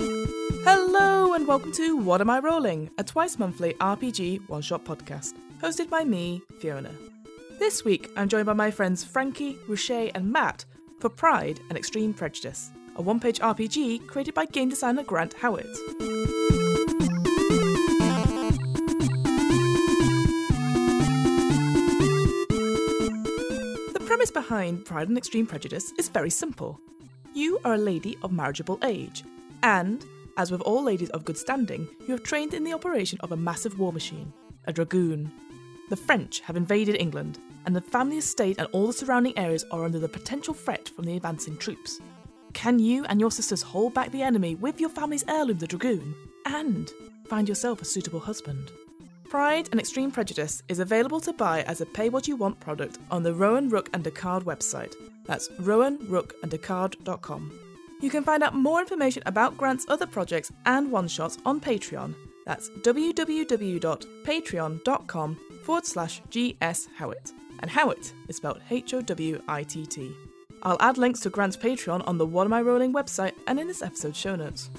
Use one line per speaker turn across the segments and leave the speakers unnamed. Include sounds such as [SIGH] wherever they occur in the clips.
Hello, and welcome to What Am I Rolling, a twice monthly RPG one shot podcast, hosted by me, Fiona. This week, I'm joined by my friends Frankie, Rocher, and Matt for Pride and Extreme Prejudice, a one page RPG created by game designer Grant Howard. The premise behind Pride and Extreme Prejudice is very simple. You are a lady of marriageable age, and, as with all ladies of good standing, you have trained in the operation of a massive war machine, a dragoon. The French have invaded England, and the family estate and all the surrounding areas are under the potential threat from the advancing troops. Can you and your sisters hold back the enemy with your family's heirloom, the dragoon, and find yourself a suitable husband? Pride and Extreme Prejudice is available to buy as a pay what you want product on the Rowan Rook and Descartes website. That's rowanrookanddescartes.com. You can find out more information about Grant's other projects and one shots on Patreon. That's www.patreon.com forward slash GS Howitt. And Howitt is spelled H O W I T T. I'll add links to Grant's Patreon on the What Am I Rolling website and in this episode's show notes.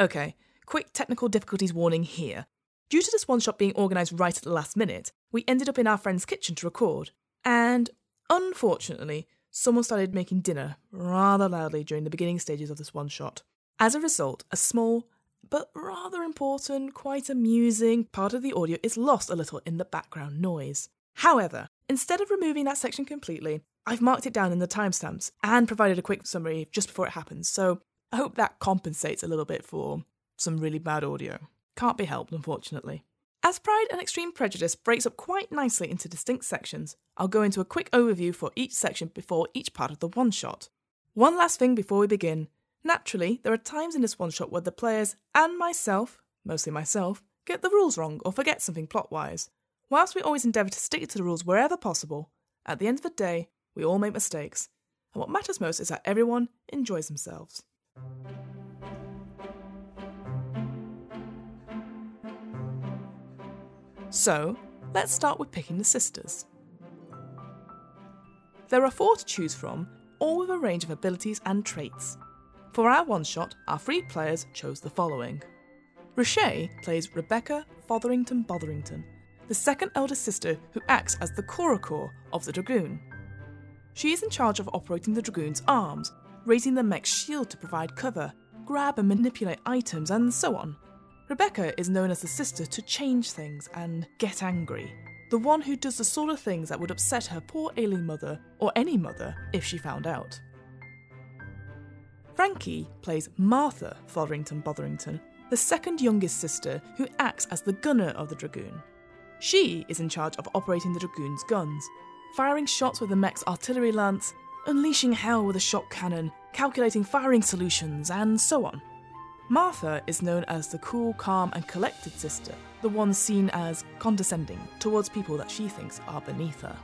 Okay, quick technical difficulties warning here. Due to this one shot being organised right at the last minute, we ended up in our friend's kitchen to record. And unfortunately, someone started making dinner rather loudly during the beginning stages of this one shot. As a result, a small, but rather important, quite amusing part of the audio is lost a little in the background noise. However, instead of removing that section completely, I've marked it down in the timestamps and provided a quick summary just before it happens, so I hope that compensates a little bit for some really bad audio. Can't be helped, unfortunately. As Pride and Extreme Prejudice breaks up quite nicely into distinct sections, I'll go into a quick overview for each section before each part of the one shot. One last thing before we begin. Naturally, there are times in this one shot where the players and myself, mostly myself, get the rules wrong or forget something plot wise. Whilst we always endeavour to stick to the rules wherever possible, at the end of the day, we all make mistakes, and what matters most is that everyone enjoys themselves. So, let's start with picking the sisters. There are four to choose from, all with a range of abilities and traits. For our one shot, our three players chose the following Rocher plays Rebecca Fotherington Botherington, the second eldest sister who acts as the Korokor of the Dragoon. She is in charge of operating the Dragoon's arms, raising the mech's shield to provide cover, grab and manipulate items, and so on. Rebecca is known as the sister to change things and get angry. The one who does the sort of things that would upset her poor ailing mother, or any mother, if she found out. Frankie plays Martha Fotherington Botherington, the second youngest sister who acts as the gunner of the Dragoon. She is in charge of operating the Dragoon's guns, firing shots with the mech's artillery lance, unleashing hell with a shot cannon, calculating firing solutions, and so on. Martha is known as the cool, calm, and collected sister, the one seen as condescending towards people that she thinks are beneath her.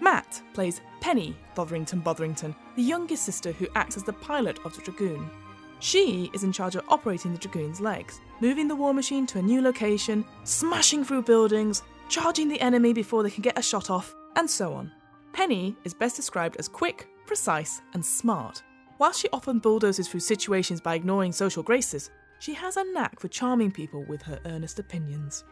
Matt plays Penny Botherington Botherington, the youngest sister who acts as the pilot of the Dragoon. She is in charge of operating the Dragoon's legs, moving the war machine to a new location, smashing through buildings, charging the enemy before they can get a shot off, and so on. Penny is best described as quick, precise, and smart. While she often bulldozes through situations by ignoring social graces, she has a knack for charming people with her earnest opinions.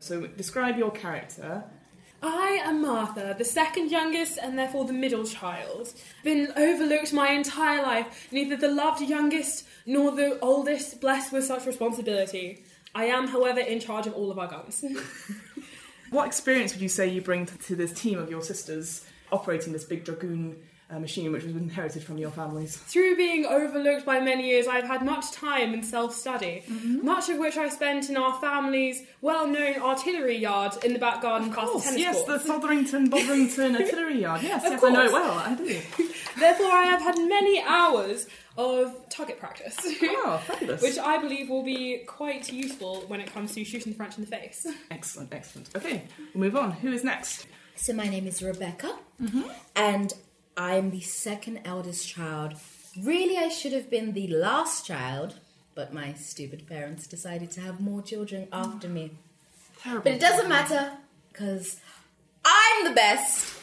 So, describe your character.
I am Martha, the second youngest and therefore the middle child. Been overlooked my entire life, neither the loved youngest nor the oldest blessed with such responsibility. I am, however, in charge of all of our guns. [LAUGHS]
What experience would you say you bring to this team of your sisters operating this big dragoon uh, machine, which was inherited from your families?
Through being overlooked by many years, I've had much time in self study,
Mm-hmm.
much of which I spent in our family's well known artillery yard in the back garden past the tennis
yes,
court.
the Fotherington Botherington Artillery Yard. Yes,
Of
yes, I know it
course.
well. I do.
Therefore, I have had many hours of target practice.
Oh, fabulous.
Which I believe will be quite useful when it comes to shooting the French in the face.
Excellent, excellent. Okay, we'll move on. Who is next?
Mm-hmm. So my name is Rebecca, and I am the second eldest child. Really, I should have been the last child, but my stupid parents decided to have more children after me. But it doesn't matter, because I'm the best.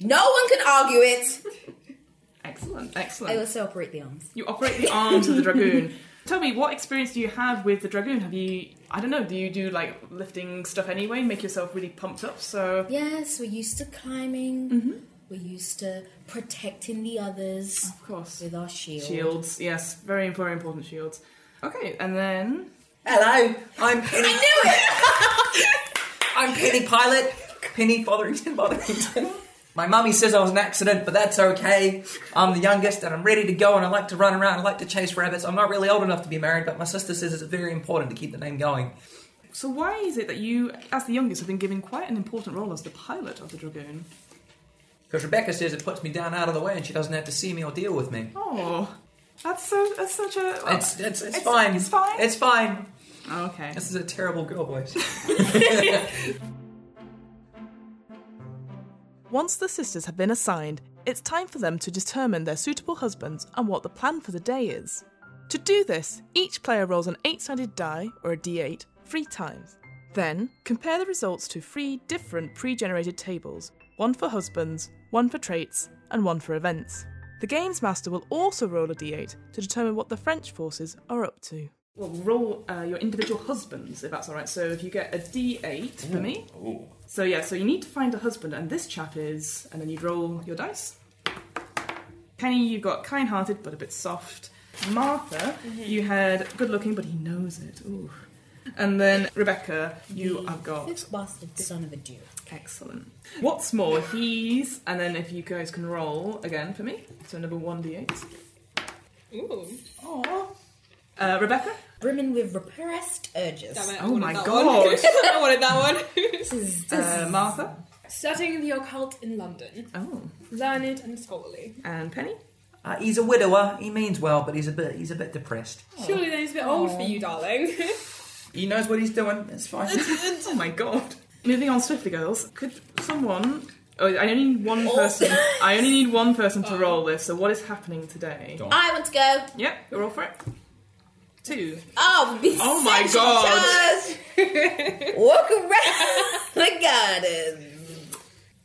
No one can argue it.
Excellent,
I
excellent.
also operate the arms.
You operate the arms of the dragoon. Tell me, what experience do you have with the dragoon? Have you, I don't know, do you do like lifting stuff anyway, make yourself really pumped up? So,
Yes, we're used to climbing. We're used to protecting the others
of course,
with our shield.
shields. Yes, very, very important shields. Okay, and then
Hello, I'm Penny. I knew it. [LAUGHS] I'm Penny Pilot, Penny Fotherington, Fotherington. My mummy says I was an accident, but that's okay. I'm the youngest, and I'm ready to go. And I like to run around. I like to chase rabbits. I'm not really old enough to be married, but my sister says it's very important to keep the name going.
So why is it that you, as the youngest, have been given quite an important role as the pilot of the Dragoon?
Because Rebecca says it puts me down out of the way, and she doesn't have to see me or deal with me.
Oh, that's so that's such a.
It's it's, it's, fine.
It's fine.
It's fine.
okay.
This is a terrible girl voice.
Once the sisters have been assigned, it's time for them to determine their suitable husbands and what the plan for the day is. To do this, each player rolls an 8 sided die, or a d8, three times. Then, compare the results to three different pre generated tables one for husbands, one for traits, and one for events. The games master will also roll a d8 to determine what the French forces are up to.
Well, roll uh, your individual husbands if that's all right. So if you get a D8 for me. So yeah, so you need to find a husband, and this chap is, and then you'd roll your dice. Penny, you got kind-hearted but a bit soft. Martha,
Mm-hmm.
you had good-looking but he knows it. Ooh. And then Rebecca, you have got
This bastard son of a dude.
Excellent. What's more, he's and then if you guys can roll again for me. So number one d eight.
Ooh.
Oh. Uh, Rebecca.
Brimming with repressed urges.
Damn it. I
Oh
wanted
my
that
God.
one. [LAUGHS] I wanted
[LAUGHS]
that one.
This is this
Uh, Martha.
Studying the occult in London.
Oh.
Learned and scholarly.
And Penny.
uh, he's a widower. He means well, but he's a bit he's a bit depressed.
Oh.
Surely that is a bit old for you, darling.
He knows what he's doing. It's fine. [LAUGHS]
oh my god. Moving on swiftly, girls. Could someone? Oh, I only need one person. I only need one person
Oh.
to roll this. So what is happening today?
I want to go.
Yep, you roll for it. Two.
Oh, be
Oh my
sexual
God. [LAUGHS]
charged. Walk around the garden.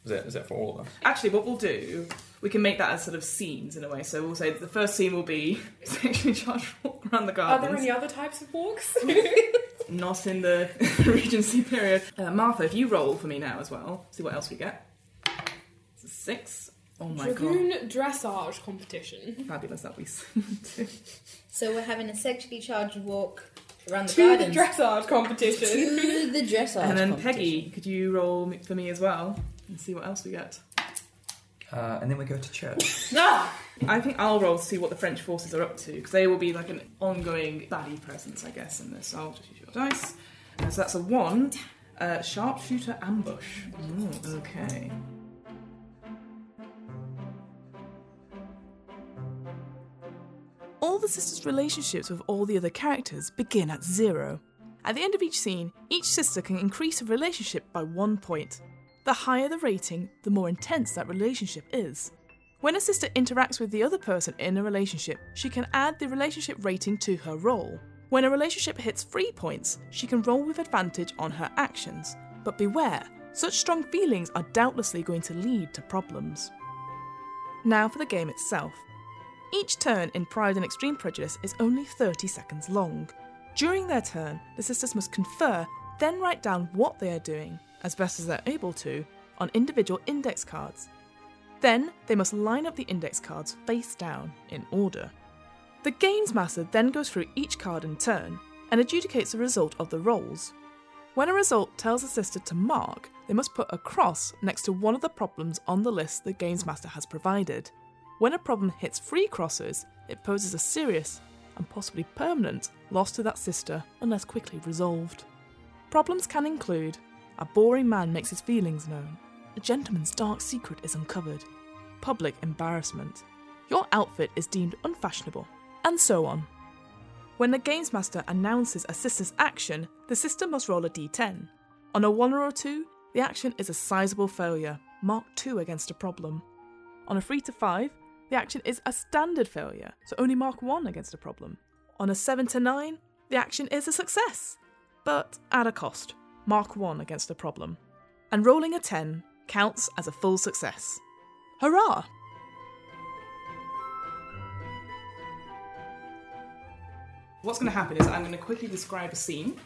Is that, is that for all of us?
Actually, what we'll do, we can make that as sort of scenes in a way. So we'll say the first scene will be [LAUGHS] sexually charged walk around the
Are
gardens.
there any other types of walks?
Oh not in the [LAUGHS] Regency period. Uh, Martha, if you roll for me now as well, see what else we get. It's a six. Oh my god.
Dragoon dressage competition.
Fabulous that we [LAUGHS] sing.
So we're having a sexually charged walk around the
To the
garden.
dressage competition.
[LAUGHS]
to the dress
And then Peggy, could you roll me- for me as well and see what else we get?
Uh, and then we go to church.
No!
I think I'll roll to see what the French forces are up to because they will be like an ongoing baddie presence, I guess, in this. I'll just use your dice. Uh, so that's a one. Uh, sharpshooter ambush. Mm, okay.
All the sisters' relationships with all the other characters begin at zero. At the end of each scene, each sister can increase her relationship by one point. The higher the rating, the more intense that relationship is. When a sister interacts with the other person in a relationship, she can add the relationship rating to her roll. When a relationship hits three points, she can roll with advantage on her actions. But beware, such strong feelings are doubtlessly going to lead to problems. Now for the game itself. Each turn in Pride and Extreme Prejudice is only 30 seconds long. During their turn, the sisters must confer, then write down what they are doing, as best as they're able to, on individual index cards. Then they must line up the index cards face down in order. The games master then goes through each card in turn and adjudicates the result of the rolls. When a result tells a sister to mark, they must put a cross next to one of the problems on the list the games master has provided. When a problem hits three crosses, it poses a serious and possibly permanent loss to that sister unless quickly resolved. Problems can include a boring man makes his feelings known, a gentleman's dark secret is uncovered, public embarrassment, your outfit is deemed unfashionable, and so on. When the games master announces a sister's action, the sister must roll a d10. On a 1 or a 2, the action is a sizable failure, mark 2 against a problem.
On a 3 to 5, the action is a standard failure, so only mark 1 against a problem. On a 7 to 9, the action is a success, but at a cost, mark 1 against a problem. And rolling a 10 counts as a full success. Hurrah!
What's going to happen is I'm going to quickly describe a scene,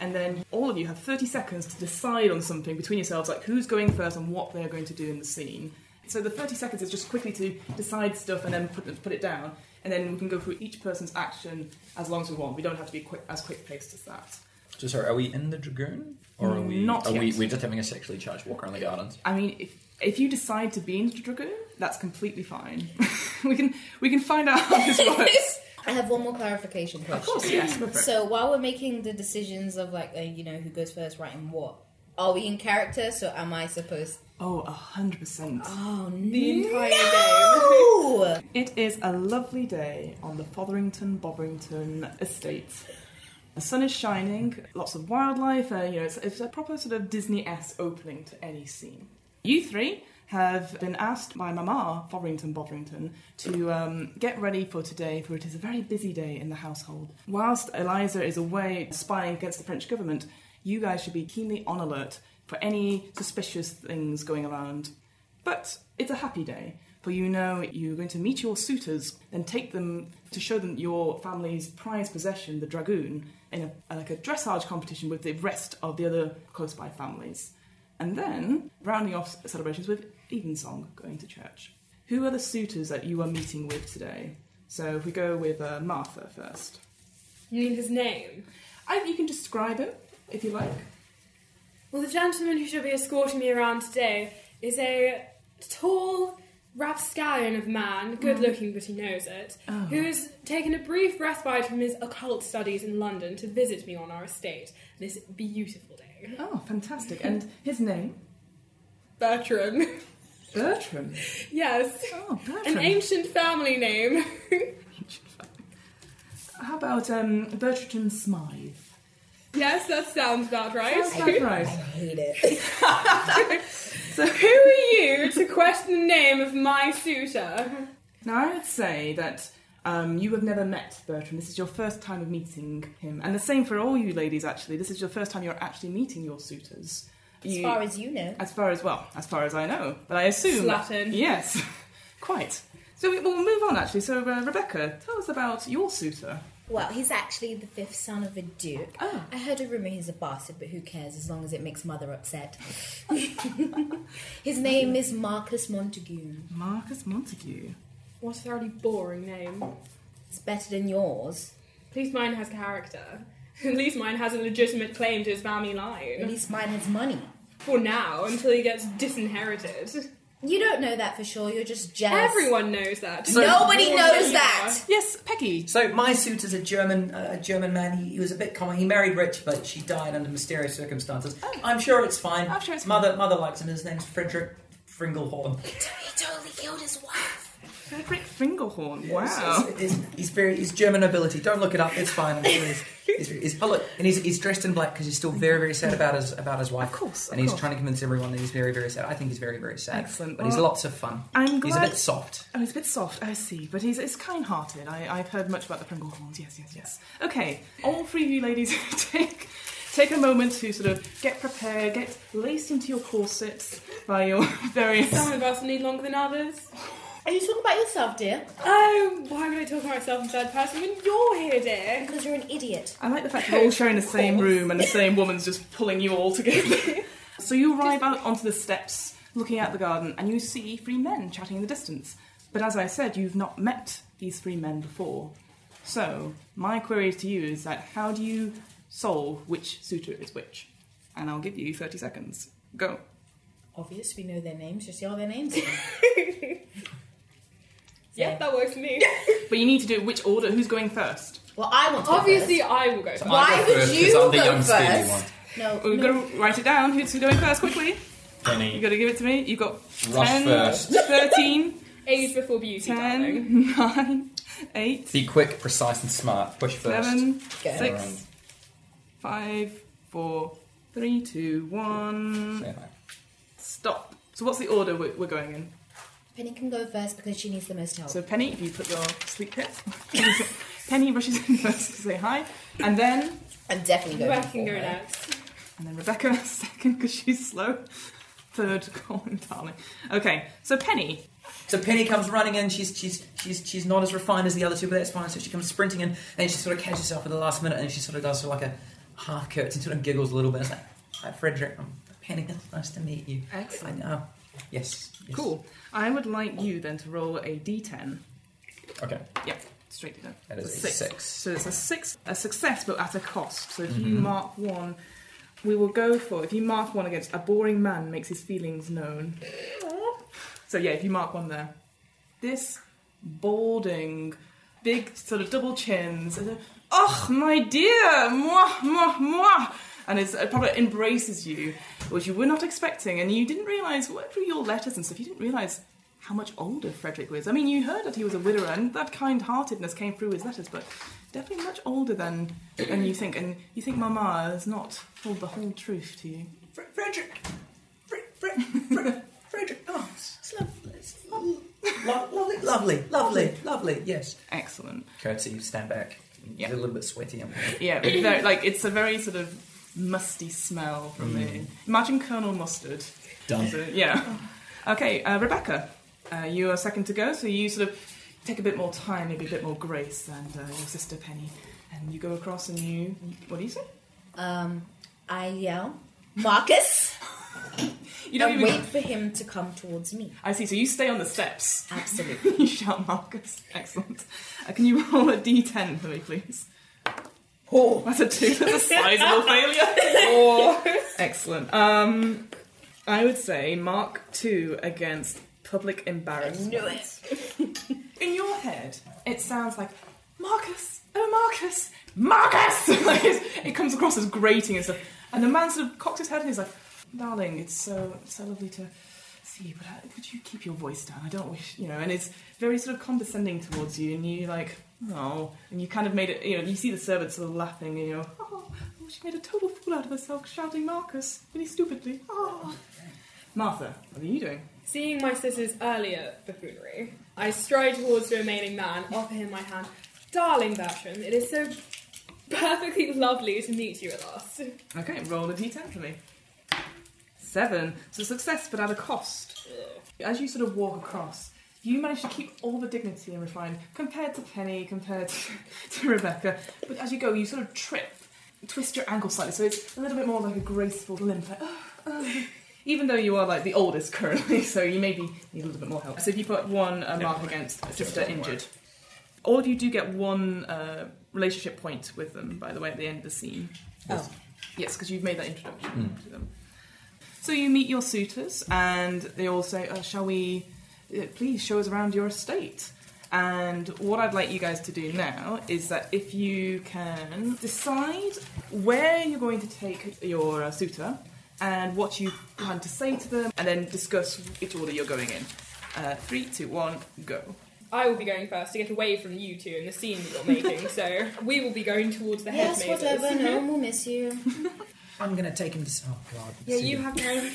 and then all of you have 30 seconds to decide on something between yourselves, like who's going first and what they're going to do in the scene. So the 30 seconds is just quickly to decide stuff and then put it, put it down, and then we can go through each person's action as long as we want. We don't have to be quick, as quick paced as that.
So sorry, are we in the dragoon, or are we?
Not
are we?
yet.
We're just having a sexually charged walk around the gardens.
I mean, if if you decide to be in the dragoon, that's completely fine. [LAUGHS] we can we can find out how this works.
I have one more clarification question.
of course, yes. go for it.
So while we're making the decisions of like, uh, you know, who goes first, right, and what, are we in character? So am I supposed?
Oh, a hundred percent.
Oh, the
entire
no!
It is a lovely day on the Fotherington Bobrington estate. The sun is shining, lots of wildlife, uh, you know, it's, it's a proper sort of Disney esque opening to any scene. You three have been asked by Mama Fotherington Bobrington to um, get ready for today, for it is a very busy day in the household. Whilst Eliza is away spying against the French government, you guys should be keenly on alert for any suspicious things going around. But it's a happy day, for you know you're going to meet your suitors and take them to show them your family's prized possession, the dragoon, in a, like a dressage competition with the rest of the other close by families. And then rounding off celebrations with evensong, going to church. Who are the suitors that you are meeting with today? So if we go with uh, Martha first,
You need his name.
I, you can describe him if you like.
Well, the gentleman who shall be escorting me around today is a tall rapscallion of man, good looking, but he knows it, who has taken a brief respite from his occult studies in London to visit me on our estate this beautiful day.
Oh, fantastic! And his name
Bertram.
Bertram.
yes.
Oh, Bertram.
An ancient family name. [LAUGHS]
How about um, Bertram Smythe?
yes, that sounds about right.
Is that
[LAUGHS] I
right? [LAUGHS]
hate
[LAUGHS]
it.
So [LAUGHS] who are you to question the name of my suitor?
Now, I would say that um, you have never met Bertram. This is your first time of meeting him. And the same for all you ladies, actually. This is your first time you're actually meeting your suitors.
As
You-
far as you know,
as far as- well, as far as I know. But I assume.
Slatin.
Yes, [LAUGHS] quite. So we, we'll move on, actually. So, uh, Rebecca, tell us about your suitor.
well, he's actually the fifth son of a duke.
Oh.
I heard a rumor he's a bastard, but who cares as long as it makes mother [LAUGHS] upset. His name is Marcus Montague.
Marcus Montague.
What a thoroughly boring name.
It's better than yours.
At least mine has character. [LAUGHS] At least mine has a legitimate claim to his family
At
line.
least mine has money.
For now, until he gets disinherited.
You don't know that for sure. You're just jealous.
Everyone knows that.
Nobody
More
knows
than
that.
Yes, Peggy.
So my suitor's a German, uh, a German man. He, he was a bit common. He married rich, but she died under mysterious circumstances. I'm sure it's fine.
Oh. I'm sure it's
mother. Mother likes him. His name's Frederick Fringlehorn.
He totally killed his wife.
Frederick Fingerhorn.
It's-
Wow.
it's- it's- he's very. He's German nobility. Don't look it up. It's fine. I'm sure he's, he's, he's- oh look, and he's, he's dressed in black because he's still very very sad about his about his wife.
Of course, of
and he's
course.
trying to convince everyone that he's very very sad. I think he's very very sad.
Excellent.
But he's
Well,
lots of fun.
I'm
He's a
glad-
bit soft.
Oh, he's a bit soft, I see, but he's, he's kind hearted. I, I've heard much about the Pringle horns, yes, yes, yes. Okay, all three of you ladies [LAUGHS] take take a moment to sort of get prepared, get laced into your corsets by your [LAUGHS] various.
Some of us need longer than others.
Are you talking about yourself, dear?
Oh, why would I talk about myself in third person when you're here, dear?
Because you're an idiot.
I like the fact you're all sharing the same room and the same woman's just pulling you all together. so you arrive out onto the steps, looking out the garden, and you see three men chatting in the distance. But as I said, you've not met these three men before. So my query to you is that how do you solve which suitor is which? And I'll give you 30 seconds. Go.
Obvious, we know their names. Just yell their names.
Yep, that works for
[LAUGHS]
me.
But you need to do which order, who's going first?
well, I want to go
Obviously, I will go. first.
Why
I go
would
first,
you
'cause I'm the
go
young skinny
first?
one.
first. No,
We've
no.
got to write it down. Who's going first quickly? You've
Penny,
got to give it to me. You've got
rush
10,
first.
13,
Age before beauty,
[LAUGHS] 10,
darling.
9, 8,
Be quick, precise, and smart. Push first.
Seven,
Go.
Around.
six, five, four, three, two, one.
Yeah.
Stop. So what's the order we're, we're going in?
Penny can go first because she needs the most help.
So Penny, if you put your sleep
[LAUGHS]
pit, Penny rushes in first to say hi, and then
I'm definitely going.
Rebecca can go
before her.
next.
and then Rebecca [LAUGHS] second because she's slow. Third, [LAUGHS] Colin Darling. Okay, so Penny,
So Penny comes running in. She's she's she's she's not as refined as the other two, but that's fine. So she comes sprinting in, and she sort of catches herself at the last minute, and she sort of does sort of like a half curtsy, and sort of giggles a little bit. It's like, "Hi, Frederick. I'm Penny. Nice to meet you.
Excellent.
I know. Yes, yes.
cool. I would like you then to roll a d10.
Okay.
Yeah, straight d10.
That is a six.
So it's a six, a success, but at a cost. So if you mark one, we will go for if you mark one against a boring man makes his feelings known. So yeah, if you mark one there, this balding, big sort of double chins. and then, Oh my dear, moi, moi, moi, and it's, it probably embraces you, which you were not expecting, and you didn't realise. What through your letters and stuff, you didn't realise how much older Frederick was. I mean, you heard that he was a widower, and that kind-heartedness came through his letters, but definitely much older than than you think. And you think Mama has not told the whole truth to you.
Fre- Frederick. Fre- Fre- Fre- Frederick. Oh, it's lovely. It's lo- lo- lovely, lovely, lovely, lovely. Yes.
Excellent.
Curtsy, stand back. Yeah. A little bit sweaty. I'm
Yeah, but very, like it's a very sort of musty smell from the. Imagine Colonel Mustard.
done.
So, yeah. Okay, uh, Rebecca, uh, you are second to go, so you sort of take a bit more time, maybe a bit more grace than uh, your sister Penny, and you go across and you. What do you say?
Um, I yell, [LAUGHS] Marcus,
You don't
and
even.
Um, wait for him to come towards me.
I see. So you stay on the steps.
[LAUGHS] Absolutely.
[LAUGHS] you shout, Marcus. Excellent. Uh, can you roll a d10 for me, please?
Oh.
That's a two. That's a
[LAUGHS]
sizable failure. Oh, excellent. Um, I would say mark two against public embarrassment.
Knew it.
In your head, it sounds like Marcus. Oh, Marcus, Marcus! [LAUGHS] like it's, it comes across as grating and stuff. And the man sort of cocks his head and he's like, "Darling, it's so so lovely to." see you, But uh, could you keep your voice down? I don't wish, you know. And it's very sort of condescending towards you, and you like, oh, and you kind of made it. You know, you see the servant sort of laughing, and you're, oh, oh, she made a total fool out of herself, shouting Marcus really stupidly. Oh, Martha, what are you doing?
Seeing my sister's earlier buffoonery, I stride towards the remaining man, offer him my hand. Darling Bertram, it is so perfectly lovely to meet you at last.
Okay, roll a d10 for me. Seven. So success, but at a cost. As you sort of walk across, you manage to keep all the dignity and refined compared to Penny, compared [LAUGHS] to, to Rebecca. But as you go, you sort of trip, twist your ankle slightly, so it's a little bit more like a graceful limp. Like, "Oh, oh." Even though you are like the oldest currently, [LAUGHS] so you maybe need a little bit more help. So if you put one uh, mark against sister injured, all of you do get one uh, relationship point with them. By the way, at the end of the scene.
Oh,
Yes, because you've made that introduction to them. So you meet your suitors, and they all say, uh, "Shall we? Uh, please show us around your estate." And what I'd like you guys to do now is that if you can decide where you're going to take your uh, suitor and what you plan to say to them, and then discuss which order you're going in. Uh, three, two, one, go.
[LAUGHS] I will be going first to get away from you two and the scene that you're making, so we will be going towards the
yes,
headmaiders.
whatever. Mm-hmm. No one will miss you.
I'm gonna take him to. s- Oh God.
Yeah,
See
you
[LAUGHS]
have no.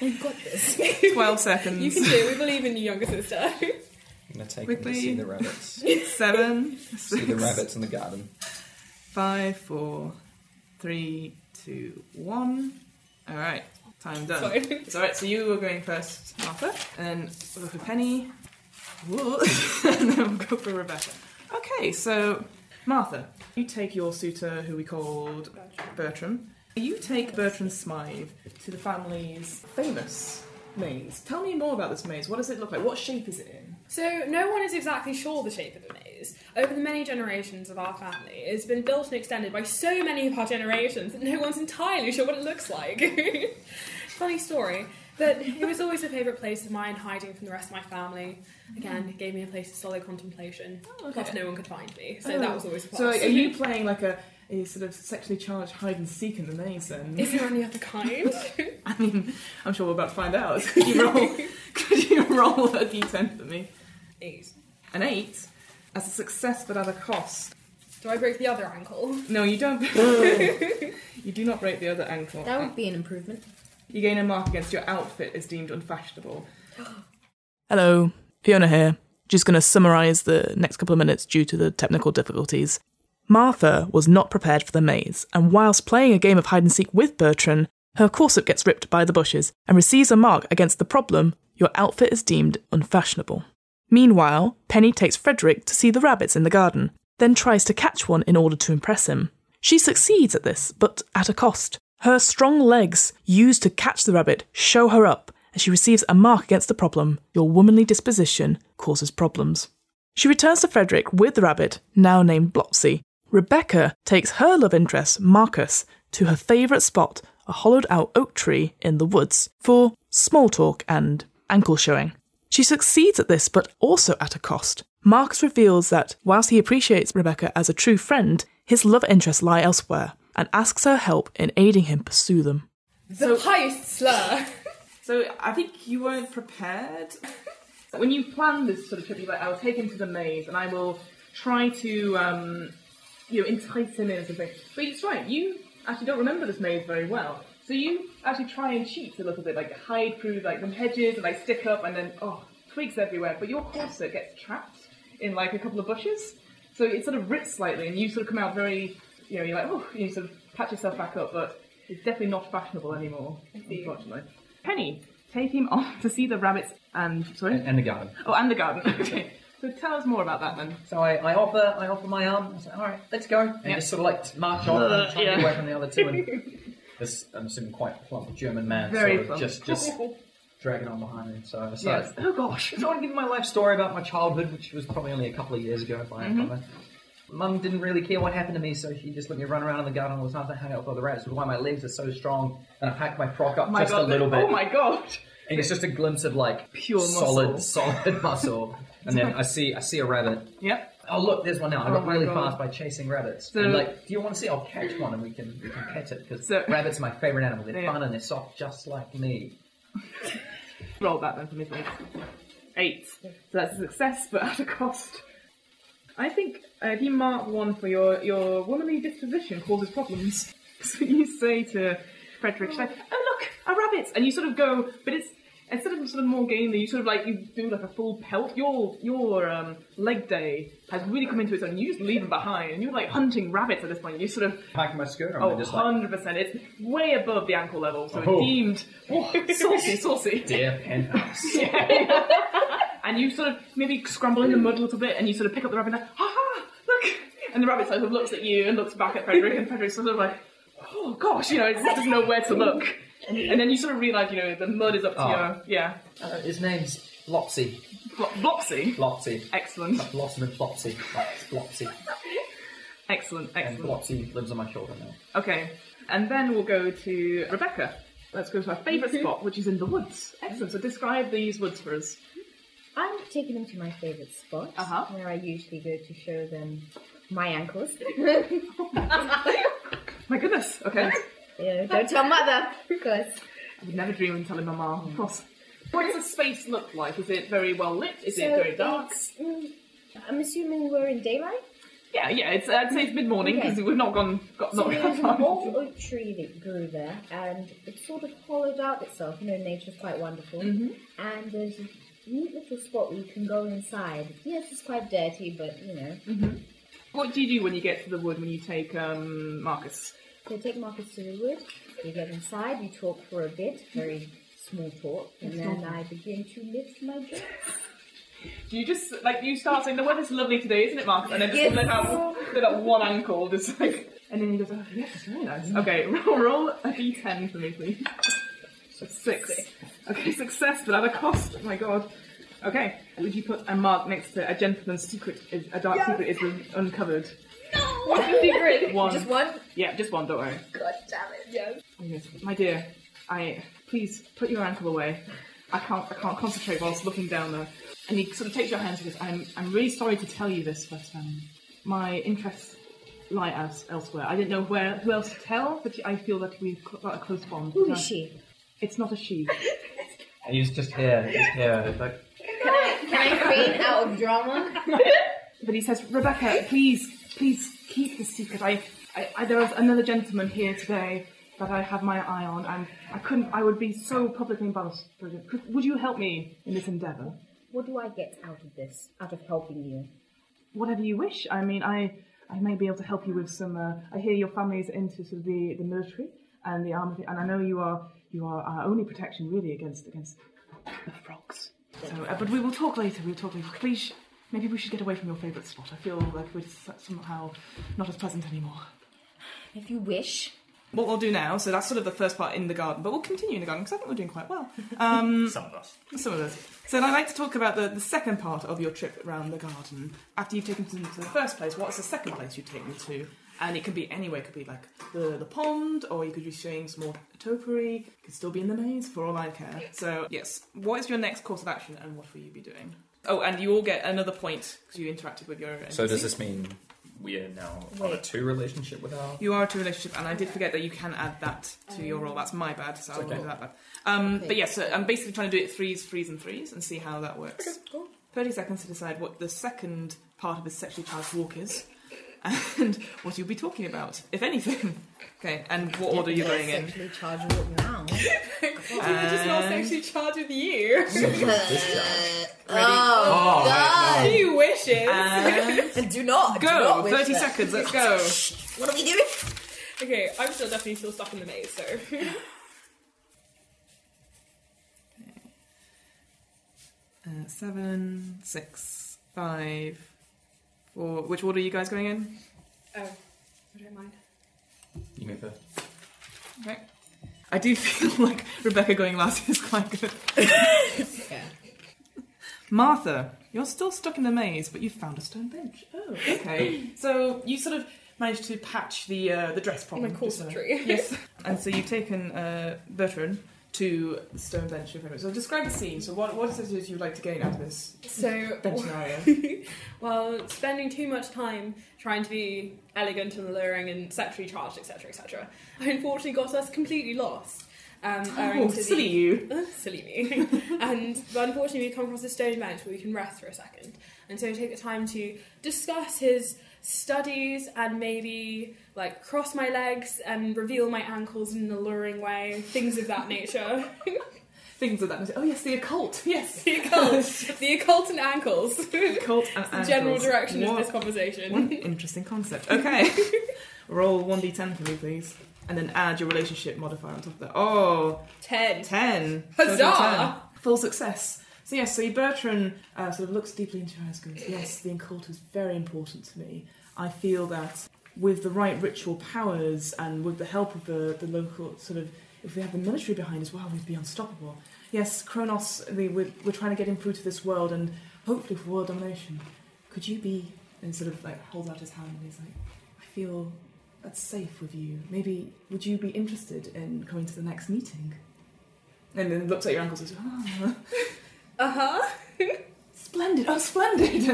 We've got this.
Twelve seconds.
You can do it. We believe in you, younger sister. [LAUGHS]
I'm gonna take him
Quickly.
to see the rabbits.
[LAUGHS]
[LAUGHS]
Seven.
see the
six,
rabbits in the garden.
Five, four, three, two, one. All right, time done.
Sorry.
It's all right. So you were going first, Martha, and we'll go for Penny. Whoa. [LAUGHS] and then we'll go for Rebecca. Okay, so Martha, you take your suitor, who we called Bertram. You take Bertram Smythe to the family's famous maze. Tell me more about this maze. What does it look like? What shape is it in?
So no one is exactly sure the shape of the maze. Over the many generations of our family, it's been built and extended by so many of our generations that no one's entirely sure what it looks like. [LAUGHS] Funny story, but it was always a favourite place of mine, hiding from the rest of my family. Again, it gave me a place of solid contemplation. Plus, no one could find me, so that was always a plus.
Oh, So are you playing like a, a sort of sexually charged hide and seek in the maze then?
[LAUGHS] Is there any other kind?
[LAUGHS] I mean, I'm sure we're about to find out. [LAUGHS] Could you roll? could you roll a d10 for me?
Eight.
An eight, as a success but at a cost.
Do I break the other ankle? [LAUGHS]
No, you don't. [LAUGHS] you do not break the other ankle.
That would be an improvement.
You gain a mark against your outfit is deemed unfashionable.
[GASPS] Hello, Fiona here. Just going to summarize the next couple of minutes due to the technical difficulties. Martha was not prepared for the maze, and whilst playing a game of hide and seek with Bertrand, her corset gets ripped by the bushes and receives a mark against the problem your outfit is deemed unfashionable. Meanwhile, Penny takes Frederick to see the rabbits in the garden, then tries to catch one in order to impress him. She succeeds at this, but at a cost. Her strong legs, used to catch the rabbit, show her up, and she receives a mark against the problem. Your womanly disposition causes problems. She returns to Frederick with the rabbit, now named Blopsy. Rebecca takes her love interest, Marcus, to her favourite spot, a hollowed out oak tree in the woods, for small talk and ankle showing. She succeeds at this, but also at a cost. Marcus reveals that, whilst he appreciates Rebecca as a true friend, his love interests lie elsewhere and asks her help in aiding him pursue them.
The pious slur.
So I think you
[LAUGHS]
weren't prepared. when you plan this sort of trip, you're like, I'll take him to the maze and I will try to, um, you know, entice him in or something. But it's right, you actually don't remember this maze very well. So you actually try and cheat a little bit, like hide through like some hedges and like stick up and then, oh, twigs everywhere. But your corset gets trapped in like a couple of bushes. So it sort of rips slightly and you sort of come out very, you know, you're like, oh, you sort of patch yourself back up, but it's definitely not fashionable anymore, unfortunately. Penny, take him [LAUGHS] off to see the rabbits and sorry,
[LAUGHS] And the garden.
oh, and the garden. [LAUGHS] okay, so tell us more about that then.
So I, I offer I offer my arm. I say, all right, let's go. And just sort of like march on, and try
Uh,
to
yeah.
get away from the other two.
[LAUGHS]
And this, I'm assuming, quite plump German man.
Very
sort of
plump. [LAUGHS]
Just, just dragging on behind me. So I decided,
Yes.
oh gosh, I don't want to give my life story about my childhood, which was probably only a couple of years ago. If
Mm-hmm.
I remember. Mum didn't really care what happened to me, so she just let me run around in the garden all the time. I hung out with the rats, which is why my legs are so strong, and I packed my frock up
My
just
God,
a little bit.
Oh my god!
And it's just a glimpse of like
Pure
solid,
muscle.
solid [LAUGHS] muscle. And then I see, I see a rabbit.
Yep.
Oh look, there's one now. I
Oh
got
my
really
God.
fast by chasing rabbits.
So-
and like, do you want to see? I'll catch one and we can we can pet it because
So- [LAUGHS]
rabbits are my favorite animal. They're
Yeah.
fun and they're soft, just like me.
Roll that then for me, please. Eight. So that's a success, but [LAUGHS] at a cost. I think uh, if you mark one for your your womanly disposition causes problems. [LAUGHS] So you say to Frederick, she's like, "Oh look, a rabbit!" And you sort of go, but it's instead of sort of more gamely, you sort of like you do like a full pelt. Your your um, leg day has really come into its own. You just leave them behind, and you're like hunting rabbits at this point. You sort of
Packing my skirt on,
oh,
oh, just like
100 percent. It's way above the ankle level, so
Oh.
it's
[LAUGHS]
deemed oh, saucy, saucy.
dear penthouse.
[LAUGHS] And you sort of maybe scramble in the mud a little bit, and you sort of pick up the rabbit and like, ha ha, look! And the rabbit sort of looks at you and looks back at Frederick, and Frederick's sort of like, oh gosh, you know, it doesn't know where to look. And, and then you sort of realise, you know, the mud is up to
Oh.
your yeah,
Uh, his name's Flopsy.
Flop- Blopsy.
Flopsy.
Excellent,
Blossom and Flopsy. Like, Flopsy.
excellent,
And
excellent.
Flopsy lives on my shoulder now.
Okay, and then we'll go to Rebecca. Let's go to our favourite
Mm-hmm.
spot, which is in the woods. Excellent. So describe these woods for us.
I'm taking them to my favorite spot,
Uh-huh.
where I usually go to show them my [LAUGHS] ankles.
My goodness. Okay.
yeah, don't tell mother, because
I would never dream of telling my mom. Of course. What does the space look like? Is it very well lit? Is it
So
very dark?
it's, mm, I'm assuming we're in daylight.
Yeah, yeah. It's I'd say it's mid morning because
Okay.
we've not gone got
So
not
[LAUGHS] there's an
gone far.
old oak tree that grew there, and it sort of hollowed out itself. You know, nature's quite wonderful. And there's a neat little spot where you can go inside. Yes, it's quite dirty, but you know,
What do you do when you get to the wood? When you take um, Marcus?
So take Marcus to the wood, you get inside, you talk for a bit, very small talk, and then I begin to lift my dress.
Do you just like you start saying the weather's lovely today, isn't it, Marcus? And then just let out let out one ankle, just like, and then he goes, oh, yes, it's very nice. Okay, [LAUGHS] roll, roll a d10 for me, please. A Six. Okay, success, but at a cost. Oh my god. Okay, would you put a mark next to a gentleman's secret? Is a dark secret is un- uncovered?
What's your
[LAUGHS]
secret?
One.
Just one?
Yeah, just one. Don't worry.
God damn it, yes.
And he goes, My dear, I please put your ankle away. I can't I can't concentrate whilst looking down there. And he sort of takes your hands and goes, I'm I'm really sorry to tell you this, but um, my interests lie else, elsewhere. I didn't know where who else to tell, but I feel that we've cl- got a close bond. um,
Who is [LAUGHS] she?
It's not a she.
And he's just here, he's here. Like,
Can I faint out of drama?
But he says, Rebecca, please, please keep the secret. I, I, I there is another gentleman here today
that I have my eye on, and I couldn't. I would be so publicly embarrassed. for it. Could, would you help me in this endeavour?
What do I get out of this? Out of helping you?
Whatever you wish. I mean, I I may be able to help you with some. Uh, I hear your family's into sort of the, the military and the army, and I know you are you are our only protection really against against the frogs. So, uh, but we will talk later. We'll talk later. Please, maybe we should get away from your favourite spot. I feel like we're s- somehow not as pleasant anymore.
If you wish.
What we'll do now, so that's sort of the first part in the garden, but we'll continue in the garden because I think we're doing quite well.
Some of us.
Some of us. So I'd like to talk about the, the second part of your trip around the garden. After you've taken them to the first place, what's the second place you take them to? And it could be anywhere. It could be like the, the pond, or you could be showing some more topiary. You could still be in the maze, for all I care. So, yes, what is your next course of action and what will you be doing? Oh, and you all get another point because you interacted with your.
So does
NPC.
this mean we are now on a
Wait.
two relationship with our?
You are to a relationship, and I did forget that you can add that to your role. That's my bad, so I'll
okay.
do that bad. Um, But yes, so I'm basically trying to do it threes, threes, and threes, and see how that works. 30 seconds to decide what the second part of this sexually charged walk is, and what you'll be talking about, if anything. [LAUGHS] Okay, and what order you're going in.
Sexually charged walk now.
[LAUGHS]
We're just not sexually charged with you.
this job.
Oh,
Oh,
God.
you wish it.
And
do not do
Uh, go!
not wish
30
that.
seconds, let's go!
What are we doing?
okay, I'm still definitely still stuck in the maze, so. [LAUGHS]
Uh, seven, six, five, four. Which order are you guys going in?
oh, I don't mind.
You go first.
Okay. I do feel [LAUGHS] like Rebecca going last [LAUGHS] is quite good. Martha, you're still stuck in the maze, but you've found a stone bench. Oh,
[LAUGHS]
okay. so you sort of managed to patch the uh, the dress problem.
My corset
so-
tree.
yes. And so you've taken uh, Bertrand to the stone bench. Your favourite. So describe the scene. So what what is it that you'd like to gain out of this
So, [LAUGHS]
bench scenario?
well, spending too much time trying to be elegant and alluring and sexually charged, etc., etc., unfortunately got us completely lost. Um, owing
oh,
to the-
silly you.
Uh, [LAUGHS] silly
[LAUGHS]
me. and but unfortunately, we come across a stone bench where we can rest for a second, and so we take the time to discuss his studies and maybe like cross my legs and reveal my ankles in an alluring way, things of that
[LAUGHS]
nature.
Things of that. Oh yes, the occult. [LAUGHS] Yes,
the occult, the occult and ankles.
occult and
The general
ankles.
direction of
What
this conversation.
[LAUGHS] One interesting concept. Okay. [LAUGHS] Roll 1d10 for me, please. And then add your relationship modifier on top of that. Oh,
Ten.
10.
Huzzah!
Total 10. Full success. So, yes, so Bertrand uh, sort of looks deeply into her eyes and goes, Yes, the occult is very important to me. I feel that with the right ritual powers and with the help of the, the local sort of, if we had the military behind us, wow, we'd be unstoppable. Yes, Kronos, the, we're, we're trying to get him through to this world and hopefully for world domination. Could you be, and sort of like holds out his hand and he's like, I feel that's safe with you. Maybe, would you be interested in coming to the next meeting? And then looks at your ankles and says, oh,
Uh [LAUGHS] huh.
splendid, oh, splendid. [LAUGHS]
[LAUGHS]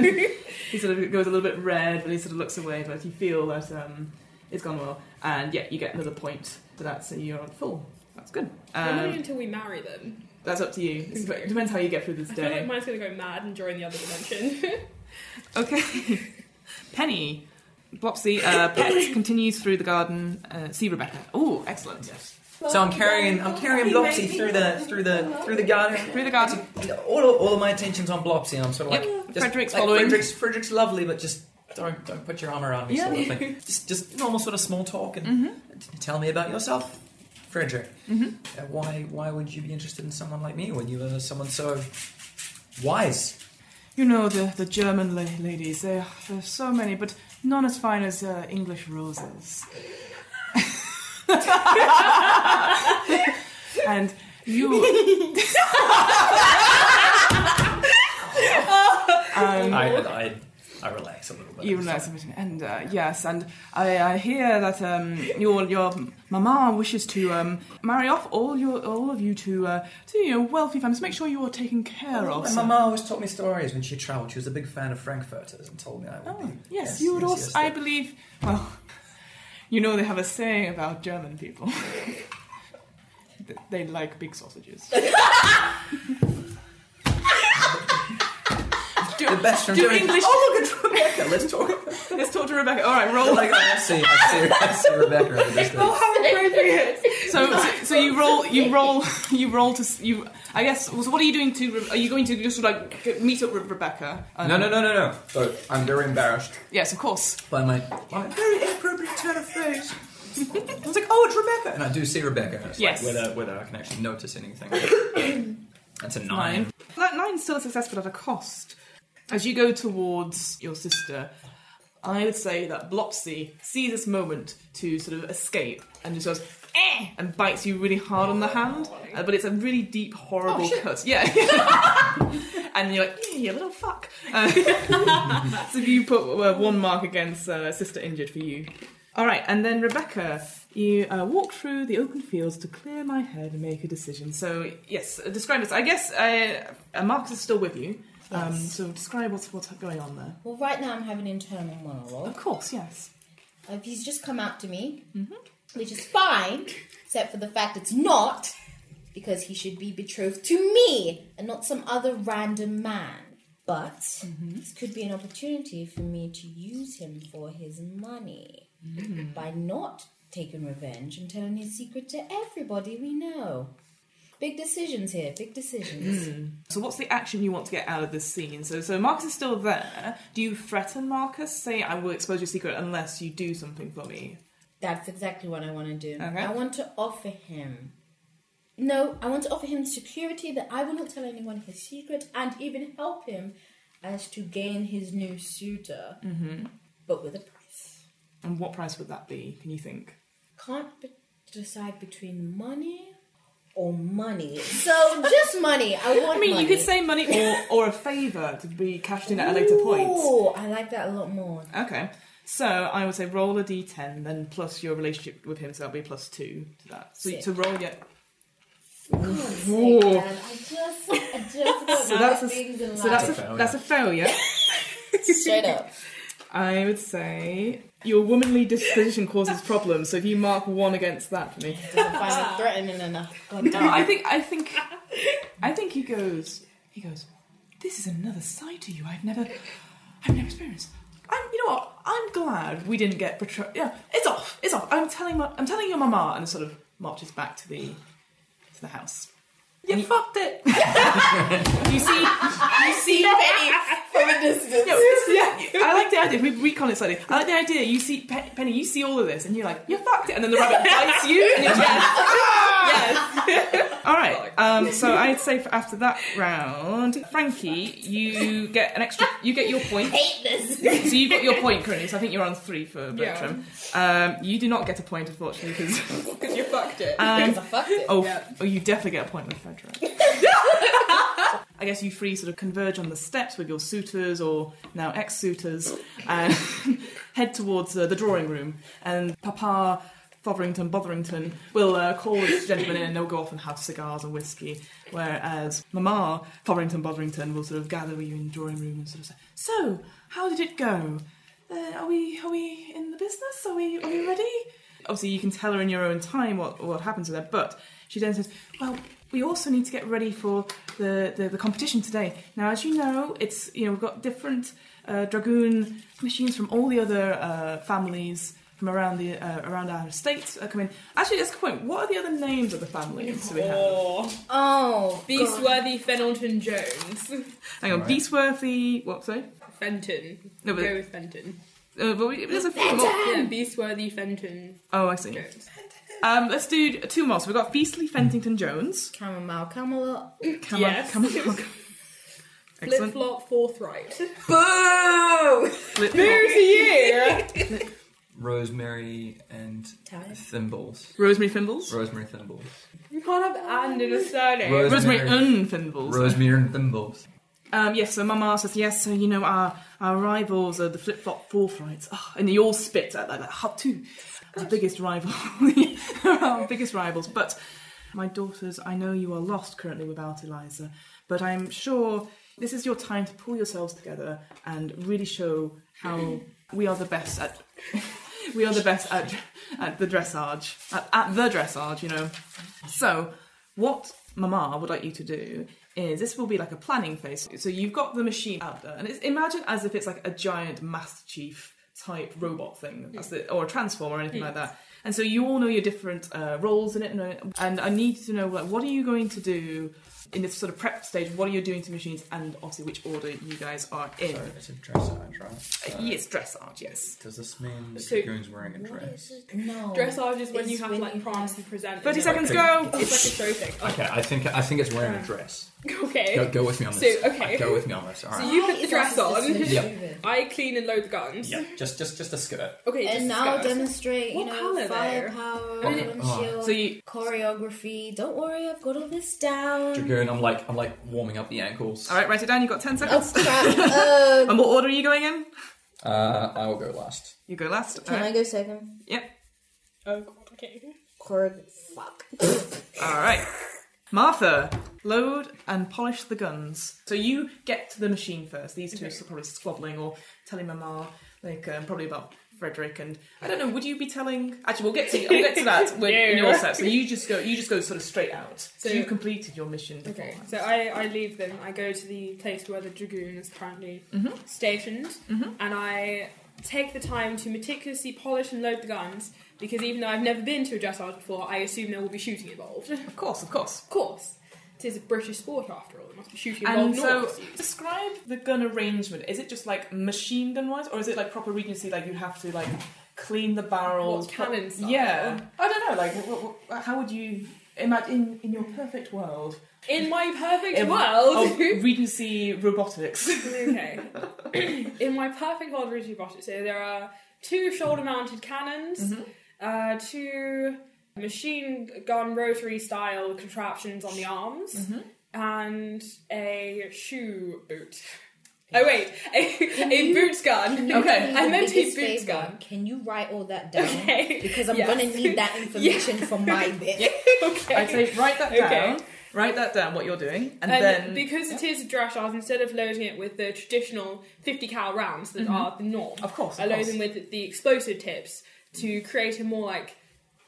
And he sort of goes a little bit red, but he sort of looks away, but you feel that um, it's gone well. And yeah, you get another point for that, so you're on full. That's good.
Probably
Um,
until we marry them.
that's up to you. It's- It depends how you get through this
I feel like
day.
mine's gonna go mad and join the other dimension. [LAUGHS]
Okay. Penny. Blopsy, uh, [COUGHS] Pet continues through the garden. Uh, see Rebecca. Oh, excellent. Yes.
So I'm carrying I'm carrying Blopsy through the through the through the garden.
Through the garden.
All of, all of my attention's on Blopsy, and I'm sort of like
Yep.
just,
Frederick's
like,
following.
Frederick's, Frederick's lovely, but just don't don't put your arm around me. Sort of
Yeah. Mm-hmm.
thing. Just just normal sort of small talk and t- tell me about yourself, Frederick. Uh, why why would you be interested in someone like me when you are someone so wise?
You know the the German la- ladies. They there's so many, but none as fine as uh, English [LAUGHS] roses. and [LAUGHS] you,
I, I I relax a little bit.
you relax a bit. And uh, yes, and I, I hear that um, your your mama wishes to um, marry off all your all of you to uh, to your wealthy families. Make sure you are taken care of.
My
so-
mama always taught me stories when she travelled. She was a big fan of Frankfurters and told me I would
Oh,
be.
yes, you would also. I believe. Well, [LAUGHS] you know they have a saying about German people. [LAUGHS] Th- they like big sausages. Do
the best from
Do [LAUGHS]
doing
English-
Oh, look, it's Rebecca.
[LAUGHS]
Let's
[LAUGHS]
talk.
Let's talk to Rebecca. All right,
Oh
[LAUGHS] roll.
Like, I see, I see,
[LAUGHS]
I see Rebecca at a distance.
how appropriate.
So, so, so you roll, you roll, you roll to s- you. I guess. So what are you doing to? Re- Are you going to just like g- meet up with Rebecca? Um,
No, no, no, no, no. So I'm very embarrassed
Yes, of course.
By my, my very inappropriate turn of
[LAUGHS]
phrase. I was like, oh, it's Rebecca.
and I do see Rebecca. and it's like
Yes.
whether whether I can actually notice
[COUGHS]
anything. That's a nine.
Nine. That nine's still a success, but at a cost. As you go towards your sister, I would say that Blopsy sees this moment to sort of escape and just goes, eh, and bites you really hard on the hand. Uh, but it's a really deep, horrible cut. Yeah. [LAUGHS] and you're like, "Yeah, you little fuck. Uh, [LAUGHS] so you put uh, one mark against uh, Sister Injured for you. All right, and then Rebecca, you uh, walk through the open fields to clear my head and make a decision. So, yes, uh, describe this. I guess uh, uh, Marcus is still with you. Um, so, describe what's, what's going on there.
Well, right now I'm having internal monologue.
Of course, yes.
Uh, He's just come out to me,
Mm-hmm.
which is fine, except for the fact it's not, because he should be betrothed to me and not some other random man. But
Mm-hmm.
this could be an opportunity for me to use him for his money
Mm.
by not taking revenge and telling his secret to everybody we know. Big decisions here, big decisions.
So, what's the action you want to get out of this scene? So, so Marcus is still there. Do you threaten Marcus? Say, I will expose your secret unless you do something for me.
That's exactly what I want to do.
Okay.
I want to offer him. No, I want to offer him security that I will not tell anyone his secret and even help him as to gain his new suitor, mm-hmm. but with a price.
And what price would that be? Can you think?
Can't be- decide between money or money. So just money. I want.
[LAUGHS] I mean,
money.
you could say money or, or a favour to be cashed in at a later point.
Ooh, I like that a lot more.
Okay. So I would say roll a d10, then plus your relationship with him, so that'll be plus two to that. So
Six.
to roll, yeah.
God's
Ooh.
sake, Dad, I just, I just got
[LAUGHS] So that's a,
things in
so that's a,
life.
Failure.
that's a failure. [LAUGHS]
straight up.
I would say your womanly disposition causes problems. So if you mark one against that for me,
Doesn't find it threatening enough. God
[LAUGHS] no, I think I [LAUGHS] think I think he goes. He goes. This is another side to you. I've never, I've never experienced. I'm, you know what? I'm glad we didn't get betrayed. Yeah, it's off. It's off. I'm telling my, I'm telling your mama, and sort of marches back to the, to the house. You fucked [LAUGHS] it. you see, you see. No, it's- yeah, I like the idea. We recon it slightly. I like the idea. You see, Pe- Penny, you see all of this, and you're like, "You fucked it," and then the rabbit bites you, and it's yes, yes. all right. Um, so I'd say for after that round, Frankie, you get an extra. You get your point.
hate this.
So you've got your point currently. So I think you're on three for Bertram. Um, you do not get a point, unfortunately, because
Because you fucked it.
um,
I fucked it.
Oh, f- oh, you definitely get a point with Frederick. I guess you three sort of converge on the steps with your suitors or now ex suitors and [LAUGHS] head towards uh, the drawing room. And Papa Fotherington Botherington will uh, call this gentleman in and they'll go off and have cigars and whiskey. Whereas Mama Fotherington Botherington will sort of gather with you in the drawing room and sort of say, So, how did it go? Uh, are we are we in the business? Are we are we ready? obviously you can tell her in your own time what, what happens to her but she then says well we also need to get ready for the, the, the competition today now as you know it's you know we've got different uh, dragoon machines from all the other uh, families from around the uh, around our estate are coming actually that's a good point what are the other names of the families that we have
Oh,
Oh,
Beastworthy Fenelton Jones.
hang on
Right.
beastworthy what sorry
Fenton.
No, but-
Go with Fenton.
uh, but we, there's a few more.
Yeah, Beastworthy Fenton
oh I see
Jones.
um, let's do two more so we've got Beastly Fentington Jones
Chamomile, Camelot.
come
Yes.
on come on, come on.
[LAUGHS] Flip
Excellent.
flop forthright. [LAUGHS]
Boo!
Flip,
Rosemary and
Time.
Thimbles.
Rosemary Fimbles.
Rosemary Thimbles.
You can't have and in a surname.
Rosemary Un Fimbles.
Rosemary and Thimbles.
um, yes, so Mama says, yes, so you know, our, our rivals are the Flip Flop Four Frights. Oh, and they all spit at that, like, hub two. Our biggest rival. [LAUGHS] our biggest rivals. But, my daughters, I know you are lost currently without Eliza, but I'm sure this is your time to pull yourselves together and really show how we are the best at. [LAUGHS] we are the best at, at the dressage. At, at the dressage, you know. So, what Mama would like you to do is this will be like a planning phase. So you've got the machine out there, and it's imagine as if it's like a giant Master Chief type robot thing, that's the, or a transformer or anything like that. And so you all know your different uh, roles in it, and, uh, and I need to know like what are you going to do in this sort of prep stage? What are you doing to machines, and obviously which order you guys are in?
Sorry, it's a dressage, right? Uh,
yes, dressage. Yes.
Does this mean
So-
Dragoon's wearing a dress?
No.
Dressage is when
It's
you have
when
to like
you
prance and present.
30
it.
seconds
Okay.
go!
It's like a show thing.
Okay, I think I think it's wearing a
Uh,
dress.
Okay.
Go, go with me on this.
So, okay.
Go with me on this. All right.
So you put the dress
It's
on.
just
Yep.
stupid.
I clean and load the guns.
yeah, just just just a skirt.
Okay. just
And now
discuss.
demonstrate, you
What colour
know,
there?
firepower,
Okay.
windshield,
So you-
choreography. Don't worry, I've got all this down.
Dragoon, I'm like I'm like warming up the ankles.
All right, write it down. You've got ten
Oh
seconds.
crap!
[LAUGHS]
Uh,
and what order are you going in?
Uh, I will go last.
You go last. Uh,
can
All
I
right.
go second?
Yep.
Oh god. Okay.
Choreo. Fuck.
All right. Martha, load and polish the guns. So you get to the machine first. These two are probably squabbling or telling Mama, like um, probably about Frederick and I don't know. Would you be telling? Actually, we'll get to we'll get
[LAUGHS]
to that when, in your
Yeah.
set. So you just go you just go sort of straight out. So,
So-
you've completed your mission.
Okay,
beforehand.
so I, I leave them. I go to the place where the dragoon is currently
Mm-hmm.
stationed, and I take the time to meticulously polish and load the guns because even though I've never been to a dressage before, I assume there will be shooting involved.
[LAUGHS]
of
of course, of course.
course, it is a British sport after all. There must be shooting
And
involved. in all
so,
of this use.
describe the gun arrangement. Is it just like machine gun wise, or is it like proper regency? Like you have to like clean the barrels,
What, cannon
put-
style?
Yeah, I don't know. Like, what, what, how would you imagine in, in your perfect world? [LAUGHS]
in my perfect
Em-
world,
of regency robotics.
okay, [COUGHS] in my perfect world, Richie Rocket. So there are two shoulder-mounted cannons. uh, two machine gun rotary style contraptions on the arms and a shoe boot. Oh wait, a, a boots gun.
Okay.
I
[LAUGHS] The
meant to be
biggest
boots
favour,
gun.
Can you write all that down?
Okay.
Because I'm
Yes. [LAUGHS]
gonna need that information for my bit.
Okay.
[LAUGHS] I'd say write that
Okay.
down. Write that down. What you're doing, and,
and
then
because it is a dressage, instead of loading it with the traditional 50 cal rounds that are the norm,
Of course,
I
of
load
course.
them with the explosive tips to create a more like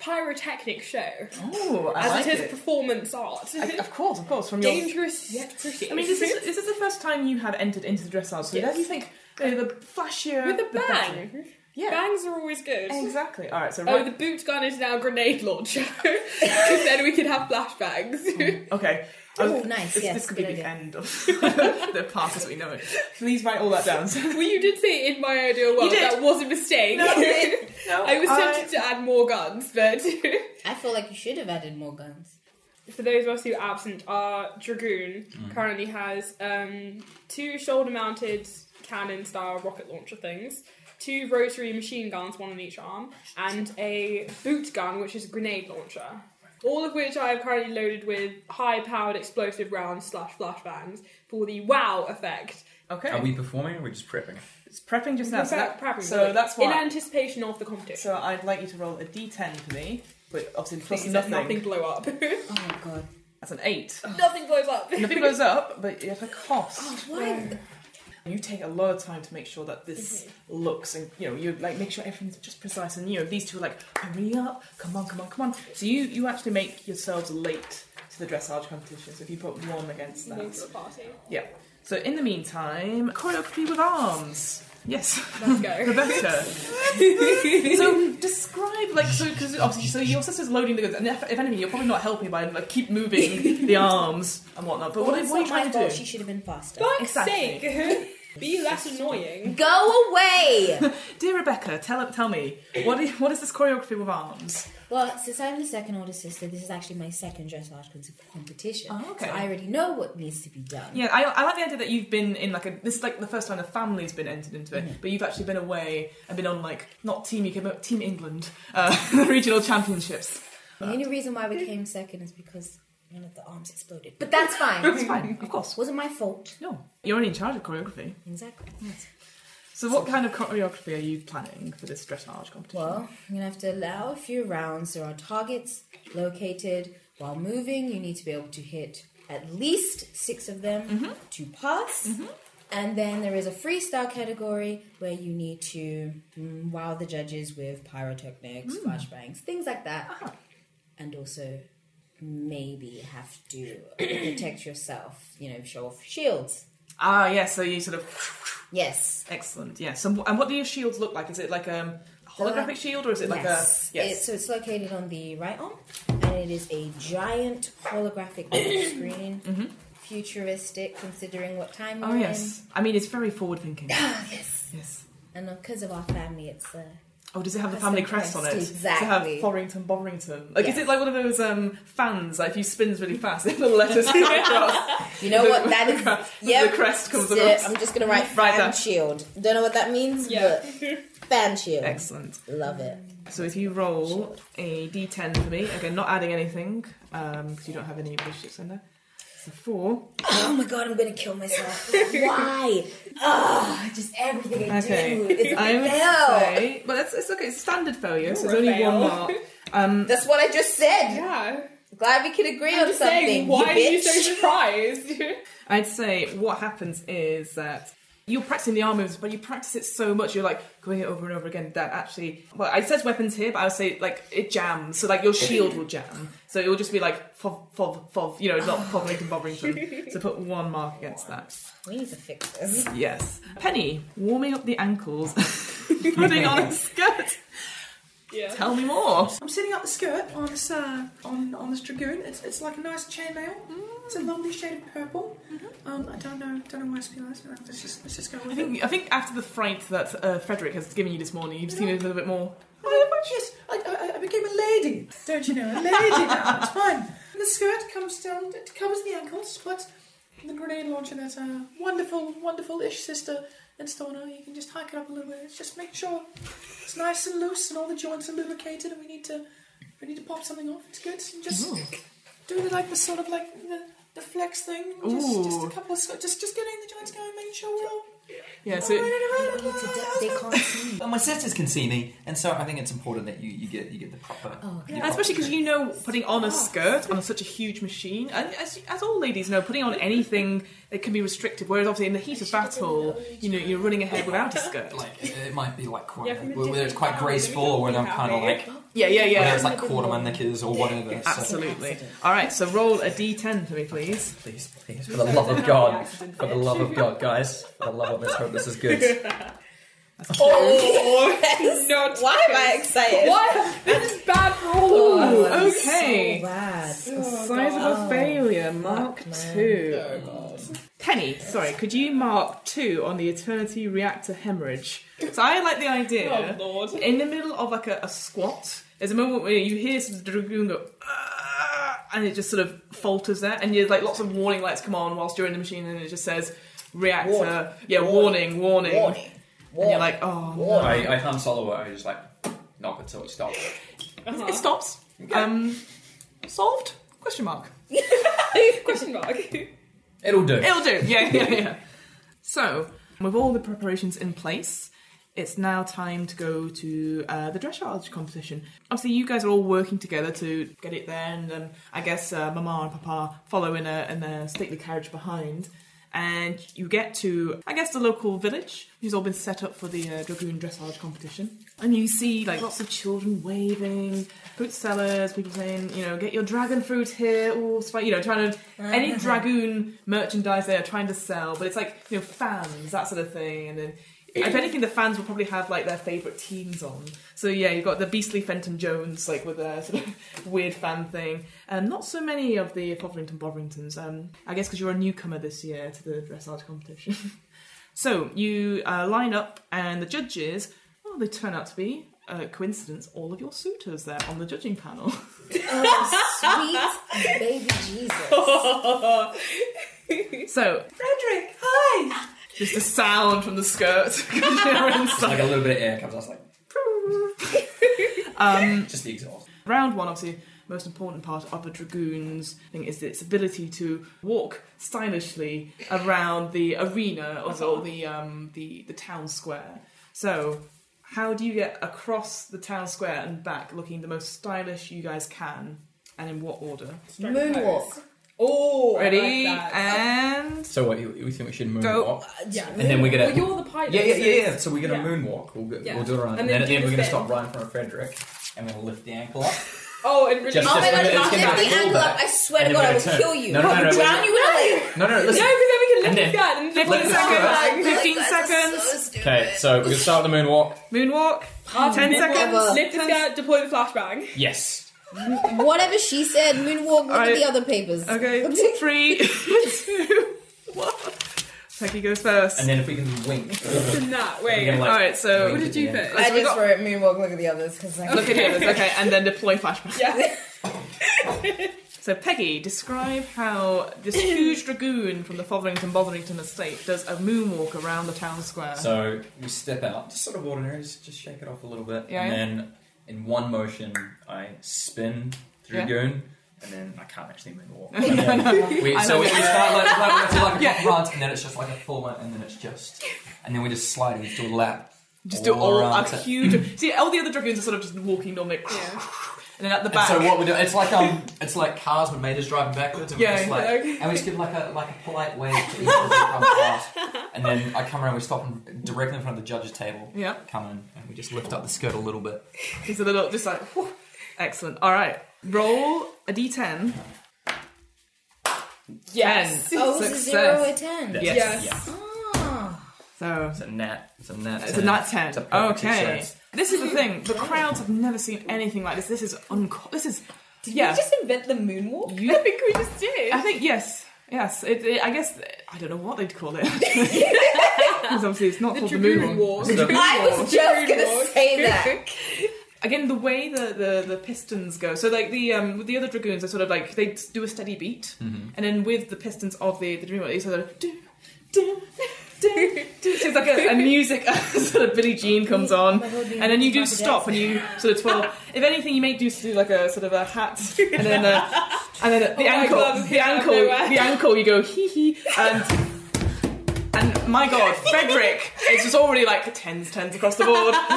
pyrotechnic show.
Ooh, I
as
like
it is
it.
performance art.
I- of course, of course. From
[LAUGHS]
your
Dangerous yet pretty.
I mean, this is this is the first time you have entered into the dressage. So there you think you know, the flashier
With a
the better.
bang.
Mm-hmm. Yeah.
Bangs are always good.
Exactly. All right. So
Oh,
right.
the boot gun is now a grenade launcher. [LAUGHS] Because then we could have flashbangs.
Ooh,
Okay. Oh,
nice,
This,
yes,
this could be
good
the
idea.
end of the past as we know it. Please write all that down.
[LAUGHS] well, you did say in my ideal world
did.
that was a mistake. [LAUGHS]
No, it-
I was tempted to add more guns, but [LAUGHS]
I feel like you should have added more guns.
for those of us who are absent, our dragoon currently has um, two shoulder-mounted cannon-style rocket launcher things, two rotary machine guns, one on each arm, and a boot gun, which is a grenade launcher. All of which I have currently loaded with high-powered explosive rounds slash flashbangs for the wow effect.
Okay.
Are we performing or are we just prepping?
it's prepping just now. So, that,
Prepping,
so
really.
that's
in
why.
anticipation of the competition.
so I'd like you to roll a d10 for me, but obviously plus
Please let
nothing.
nothing blow
[LAUGHS]
up. [LAUGHS]
Oh my god.
That's an eight.
nothing blows up.
Nothing goes up, but at a
Oh.
cost.
Why?
You take a lot of time to make sure that this looks, and you know, you like make sure everything's just precise. And you know, these two are like, hurry up, come on, come on, come on. So you you actually make yourselves late to the dressage competition. So if you put one against that,
Into the party.
Yeah. So in the meantime, choreography with arms. Yes,
Let's
[LAUGHS]
go.
Roberta. so describe like so because obviously so your sister's loading the goods, and if, if anything, you're probably not helping by like keep [LAUGHS] moving the arms and whatnot. But what,
It's
what are
not
you
my
trying to
fault.
do?
She should have been faster.
Fuck's
Exactly.
sake. [LAUGHS] Be less annoying.
Go away!
Dear Rebecca, tell tell me what is, what is this choreography with arms?
Well, since I'm the second older sister, this is actually my second dressage competition.
Oh, okay.
So I already know what needs to be done.
Yeah, I, I like the idea that you've been in like a this is like the first time the family's been entered into it, but you've actually been away and been on like not team UK but team England uh, [LAUGHS] regional championships.
The only reason why we came second is because one of the arms exploded. But that's
[LAUGHS]
fine.
It's fine, of course.
Wasn't my fault.
No, you're only in charge of choreography.
Exactly.
So, what kind of choreography are you planning for this dressage competition?
Well, you're gonna have to allow a few rounds. There are targets located. While moving, you need to be able to hit at least six of them to pass. And then there is a freestyle category where you need to mm, wow the judges with pyrotechnics, flashbangs, things like that. And also maybe have to [COUGHS] protect yourself, you know, show off shields.
Ah, yeah. So you sort of
Yes.
excellent. Yeah. So and what do your shields look like? Is it like um, a holographic shield or is it like
Uh, yes.
a yes?
It- so it's located on the right arm, and it is a giant holographic [COUGHS] screen. Futuristic, considering what time we're
Mm-hmm. oh yes. I mean, it's very forward thinking.
in. Ah, um, [LAUGHS] yes.
yes.
And because of our family, it's
[LAUGHS]
uh,
Oh, does it have the
That's
family
the
crest on it?
crest,
Does
exactly.
it have Forrington Borrington? Like, is
Yes.
it like one of those um, fans? Like, if you spins really fast, [LAUGHS] the letters come
[LAUGHS]
across.
You know
The-
what? That is.
the
Yep.
crest comes
So,
across. Mm-hmm.
I'm just gonna write
Right
fan
there.
shield. Don't know what that means,
[LAUGHS]
Yeah.
but fan shield.
Excellent.
Love it.
So if you roll a d10 for me, again, not adding anything because you don't have any relationships in there. It's a four.
Oh my god, I'm gonna kill myself.
[LAUGHS]
Why? Ah, just everything I
Okay.
do is
I would
fail.
say, [LAUGHS] but it's, it's okay. It's standard failure, so
You're
it's
a
only one
fail.
mark. Um,
That's what I just said.
Yeah.
Glad we could agree on
Just
something.
saying, why are
you
you [LAUGHS]
bitch.
so surprised?
I'd say what happens is that you're practicing the arm moves, but you practice it so much, you're like going it over and over again that actually, well, I says weapons here, but I would say like it jams. So like your shield will jam. So it will just be like fob, fob, fob, you know, not Fotherington, Botherington. So put one mark against that.
we need to fix this.
Yes. Penny, warming up the ankles, [LAUGHS] putting
[LAUGHS]
on a skirt.
yeah.
Tell me more.
I'm setting up the skirt on this uh, on on this dragoon. It's, it's like a nice chainmail. It's a lovely shade of purple. Um, I don't know don't know why it's been like that. Let's just let's just go with
I
it.
think, I think after the fright that uh, Frederick has given you this morning, you've seen a little bit more.
I, yes, I, I, I became a lady. Don't you know? A lady now. It's fine. And the skirt comes down, it covers the ankles, but the grenade launcher, that's a wonderful, wonderful ish sister installer. You can just hike it up a little bit. It's just make sure it's nice and loose and all the joints are lubricated and we need to we need to pop something off. It's good. And just do the like the sort of like the, the flex thing. Just, just
Ooh.
a couple of sc- just just getting the joints going, making sure we're all
Yeah, so.
right around the-
They can't [LAUGHS] see.
But my sisters can see me, and so I think it's important that you, you get you get the proper. Oh,
And especially because you know putting
Ah.
on a skirt on such a huge machine, and as, as all ladies know, putting on anything that can be restrictive. Whereas obviously in the heat of battle, you know you're running ahead without a skirt.
Like it it might be like quite
Yeah, from a
whether it's quite
different
graceful
angle,
or whether I'm
yeah.
kind of like
Yeah, yeah,
whether it's
yeah.
like quarter my knickers or whatever. so-
Absolutely. All right, so roll a d10 for me, please.
please, please, for the love of God, for the love of God, guys, for the love of let's hope this
[LAUGHS]
is good.
It's not
Why am I excited?
What? This is bad for all of us.
Oh, that's
Okay,
So [LAUGHS] bad.
Oh,
sizable failure, mark
man.
two. Penny, sorry, could you mark two on the eternity reactor hemorrhage? So I like the idea.
Oh, Lord.
in the middle of like a, a squat, there's a moment where you hear the dragoon go, "Ah," and it just sort of falters there, and you're like lots of warning lights come on whilst you're in the machine, and it just says reactor,
Warning.
yeah, warning, warning,
Warning.
and you're like, oh, no.
Warning.
I, I hand solo it. I just like knock it till it stops.
"Oh." it stops. Um, solved? Question mark.
[LAUGHS] Question mark.
It'll do.
It'll do. Yeah, yeah, yeah. [LAUGHS] so with all the preparations in place. It's now time to go to uh, the dressage competition. Obviously, you guys are all working together to get it there, and um, I guess uh, Mama and Papa follow in a, in a stately carriage behind. And you get to, I guess, the local village, which has all been set up for the uh, dragoon dressage competition. And you see like lots of children waving, fruit sellers, people saying, you know, get your dragon fruit here, or you know, trying to any dragoon merchandise they are trying to sell. But it's like you know, fans, that sort of thing, and then if anything, the fans will probably have like their favourite teams on. So yeah, you've got the beastly Fenton Jones like with their sort of [LAUGHS] weird fan thing. Um, not so many of the Fotherington Botheringtons. Um, I guess because you're a newcomer this year to the dressage competition. [LAUGHS] so you uh, line up, and the judges. Well, they turn out to be. Uh, coincidence, all of your suitors there on the judging panel. [LAUGHS]
Oh, sweet baby Jesus.
so,
Frederick, hi.
just the sound from the skirt. [LAUGHS] 'cause you're
Like
inside.
a little bit of air comes. I was like, um, [LAUGHS] just the exhaust.
Round one, obviously, most important part of a dragoon's thing is its ability to walk stylishly around the arena or so the um, the the town square. So, how do you get across the town square and back, looking the most stylish you guys can, and in what order?
Moonwalk.
Oh, I
Ready
like that.
and
So what? You, you think we should moonwalk?
Go.
Uh,
Yeah.
And then we get
Well,
a
Oh, you're the pilot.
yeah, yeah,
so
yeah, yeah. So we're gonna
yeah.
moonwalk. We'll, go,
Yeah.
we'll do it around,
And
and,
then do
then at the end
the
we're gonna
spin.
stop right in front of Frederick, and we're gonna lift the ankle up,
Oh, and really,
Just-
Oh my god, if
just remember,
I
it's
lift
gonna be
the
all
angle
back.
up, I swear to
And
god, I
you're gonna
will
turn.
kill you.
No, no, no, no.
drown you in
[LAUGHS]
it.
No, no, no, listen.
No, because then we can
And
lift
then-
again. And lift
Let's
it
go
back.
back. 15 seconds.
Okay, so we're gonna start the moonwalk.
Moonwalk. 10 seconds.
Whatever.
Lift the skirt, deploy the flashbang.
Yes.
Whatever she said, moonwalk, look
Alright.
at the other papers.
Okay, three, two, one. Peggy goes first.
And then if we can wink.
And that,
We're
wait.
gonna, like,
All right, so
wink
what
at
did
the
you
end.
pick?
I
So we
just
got-
wrote moonwalk, look at the others, because I
Look at yours, okay, and then deploy flashback.
Yeah.
[LAUGHS]
So Peggy, describe how [LAUGHS] this huge dragoon from the Fotherington Botherington estate does a moonwalk around the town square.
So you step out, just sort of ordinary, just just shake it off a little bit,
Yeah,
and
yeah.
then in one motion I spin through
Yeah.
Goon, and then I can't actually move
[LAUGHS]
walk. we, so we, we start like, like, like, like a yeah. run, and then it's just like a full one, and then it's just, and then we just slide and we do a lap.
just do all
around
a
it.
huge. see, all the other dragoons are sort of just walking normally, and then at the
And
back.
so what we do, it's like um, it's like cars when Mater's driving backwards, and
Yeah,
we just like,
okay.
and we just give like a like a polite wave to each other come past, and then I come around, we stop in, directly in front of the judge's table,
Yeah.
come in, and we just lift up the skirt a little bit.
He's a little just like whew. excellent. All right, roll a d10.
Yes.
Ten.
Oh, this is zero or
Success.
ten.
That's-
Yes.
yeah.
Ah.
So
It's a nat. It's a nat.
it's a nat ten.
It's a perfect
okay,
success.
this is the thing. The crowds have never seen anything like this. This is unco- This is
Did
yeah.
you just invent the moonwalk?
You-
I think we just did.
I think yes, yes. It, it, I guess I don't know what they'd call it. Because [LAUGHS] obviously it's not
The
called the
Dragoon
moon
Walk.
So-
I was just gonna
Moonwalk.
say
[LAUGHS]
that.
Again, the way the, the, the pistons go. So like the um with the other dragoons, they sort of like they do a steady beat,
Mm-hmm.
and then with the pistons of the the dream, they sort of [LAUGHS] do do do. do.
[LAUGHS]
So it's like a, a music [LAUGHS] sort of Billie Jean comes on,
My God, we
and then you do
need to
stop and you sort of
[LAUGHS]
twirl. If anything, you may do do like a sort of a hat, and then a, and then a, the
Oh my
ankle,
God,
the
out of
ankle,
nowhere.
the ankle. You go hee hee and. And my god, Frederick is just already like tens, tens across the board. [LAUGHS]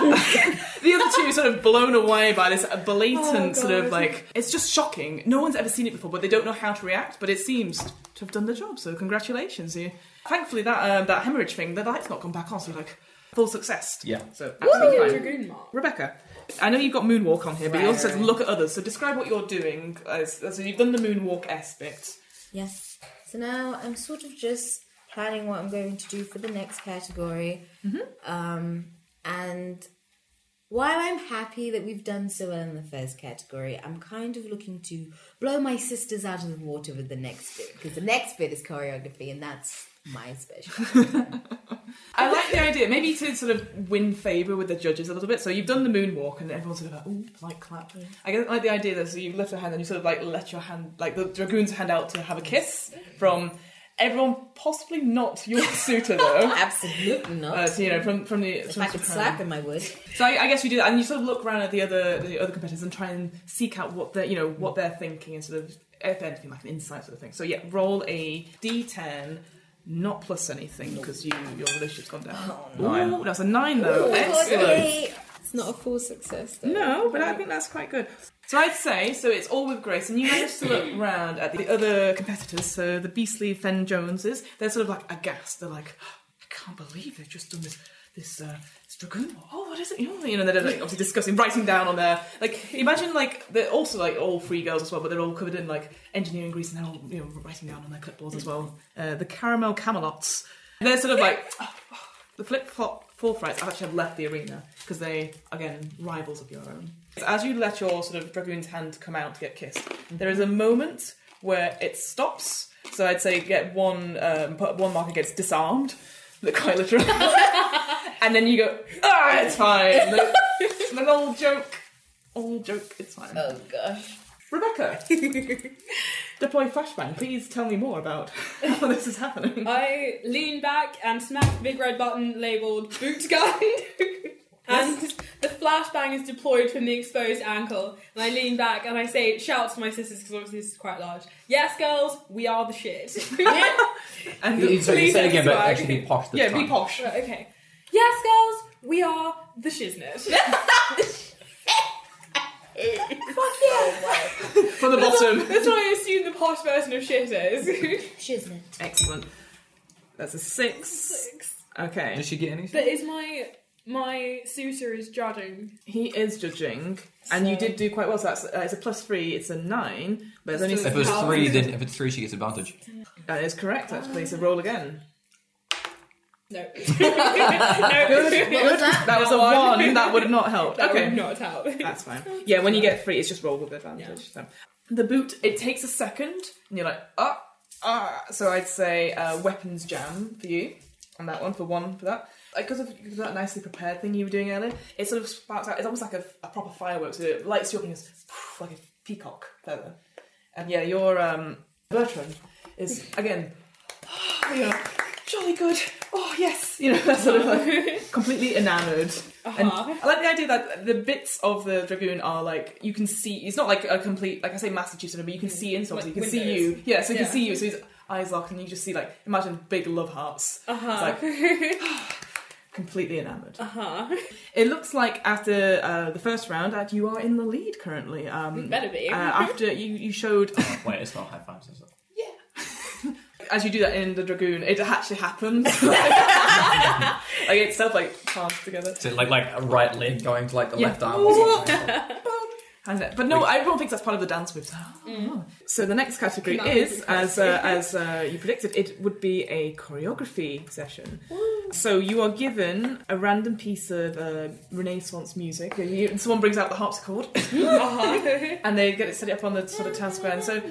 the other two sort of blown away by this
Oh
blatant sort of like, it's just shocking. No one's ever seen it before, but they don't know how to react. But it seems to have done the job, so congratulations. You, thankfully, that um, that hemorrhage thing, the light's not gone back on, so like full success.
Yeah.
So
Absolutely
absolutely fine.
Dragoon mark.
Rebecca, I know you've got moonwalk on here, but you
Right,
also said
right.
look at others. So describe what you're doing. As, as you've done the moonwalk aspect.
Yes. So now I'm sort of just planning what I'm going to do for the next category. Um, and while I'm happy that we've done so well in the first category, I'm kind of looking to blow my sisters out of the water with the next bit because the next bit is choreography, and that's my [LAUGHS] special.
I like the idea. Maybe to sort of win favour with the judges a little bit. So you've done the moonwalk, and everyone's sort of like, ooh, like clap. I guess I like the idea that so you lift your hand and you sort of like let your hand, like the dragoon's hand out to have a kiss from everyone, possibly not your [LAUGHS] suitor though.
Absolutely not.
Uh, so, you know, from from the
if
from
I
the
could
crowd.
slap him, I would.
So I, I guess you do that, and you sort of look around at the other the other competitors and try and seek out what they're you know what they're thinking and sort of if anything like an insight sort of thing. So yeah, roll a d10, not plus anything because you your relationship's gone down.
Nine.
Ooh, that's a Oh, nine
Oh,
though. Excellent.
Okay. It's not a full success though.
No, but I think that's quite good. So I'd say so. It's all with grace, and you manage to [COUGHS] look round at the other competitors. So the beastly Fen Joneses, they're sort of like aghast. They're like, "Oh, I can't believe they've just done this. This. Uh, this Dragoon, War. oh, what is it? You know, you know, they're like, obviously discussing, writing down on their like. Imagine like they're also like all free girls as well, but they're all covered in like engineering grease, and they're all you know writing down on their clipboards as well. Uh, the caramel Camelots, they're sort of like, the flip flop four frights actually have left the arena because they, again, rivals of your own. So as you let your sort of dragoon's hand come out to get kissed, there is a moment where it stops. So I'd say get one, um, put one marker gets disarmed, look quite literally, [LAUGHS] and then you go, ah, it's fine. Look, It's an old joke, old joke, it's fine.
Oh gosh.
Rebecca, deploy flashbang. Please tell me more about [LAUGHS] how this is happening.
I lean back and smack the big red button labelled boot [LAUGHS] gun. and the flashbang is deployed from the exposed ankle. And I lean back and I say, shout to my sisters, because obviously this is quite large. Yes, girls, we are the shit.
And
You, so you say it again, but
swag.
actually be posh this
yeah,
time.
be posh.
[LAUGHS] Right, okay. Yes, girls, we are the shiznit.
From the bottom.
That's what I assume the posh version of shit is.
Shiznit.
Excellent. That's a six. Okay.
Did she get anything?
but is my My suitor is judging.
He is judging, and you did do quite well. So that's uh, it's a plus three. It's a nine, but it's only
If it was three, then if it's three, she gets advantage.
that is correct actually. So roll again. [LAUGHS]
No. [LAUGHS] no.
What was that?
That was a
one.
one. That would have not helped.
That
okay,
would not help. [LAUGHS]
that's fine. Yeah, when you get three, it's just roll with advantage. So. The boot. It takes a second, and you're like, ah, ah. So I'd say uh, weapons jam for you, and that one for one for that. Because of 'cause of that nicely prepared thing you were doing earlier, it sort of sparks out. It's almost like a, a proper fireworks. It lights you up and it's poof, like a peacock feather. And yeah, your um, Bertrand is again, [SIGHS] oh, you know, jolly good. Oh yes, you know, [LAUGHS] that's sort of like completely enamoured. And I like the idea that the bits of the dragoon are like you can see. It's not like a complete, like I say, Master Chief syndrome, but you can see into
Like
you can see
windows.
you. Yeah, so you
Yeah.
can see you. So his eyes lock, and you just see like imagine big love hearts. Uh-huh. It's like completely enamoured.
Uh-huh.
[LAUGHS] It looks like after uh, the first round that you are in the lead currently. Um,
Better be.
uh,
[LAUGHS]
after you, you showed
Wait, it's not high fives, is it?
as you do that in the dragoon, it actually happens. like itself, like palms together.
So like like a right leg going to like the left arm.
Ooh. And that- but no, everyone thinks that's part of the dance moves. Mm. So the next category
Oh. Can I
is,
request
as uh, as uh, you predicted, it would be a choreography session. So you are given a random piece of uh, Renaissance music. You- Someone brings out the harpsichord,
Uh-huh.
and they get it set up on the sort of town square. And so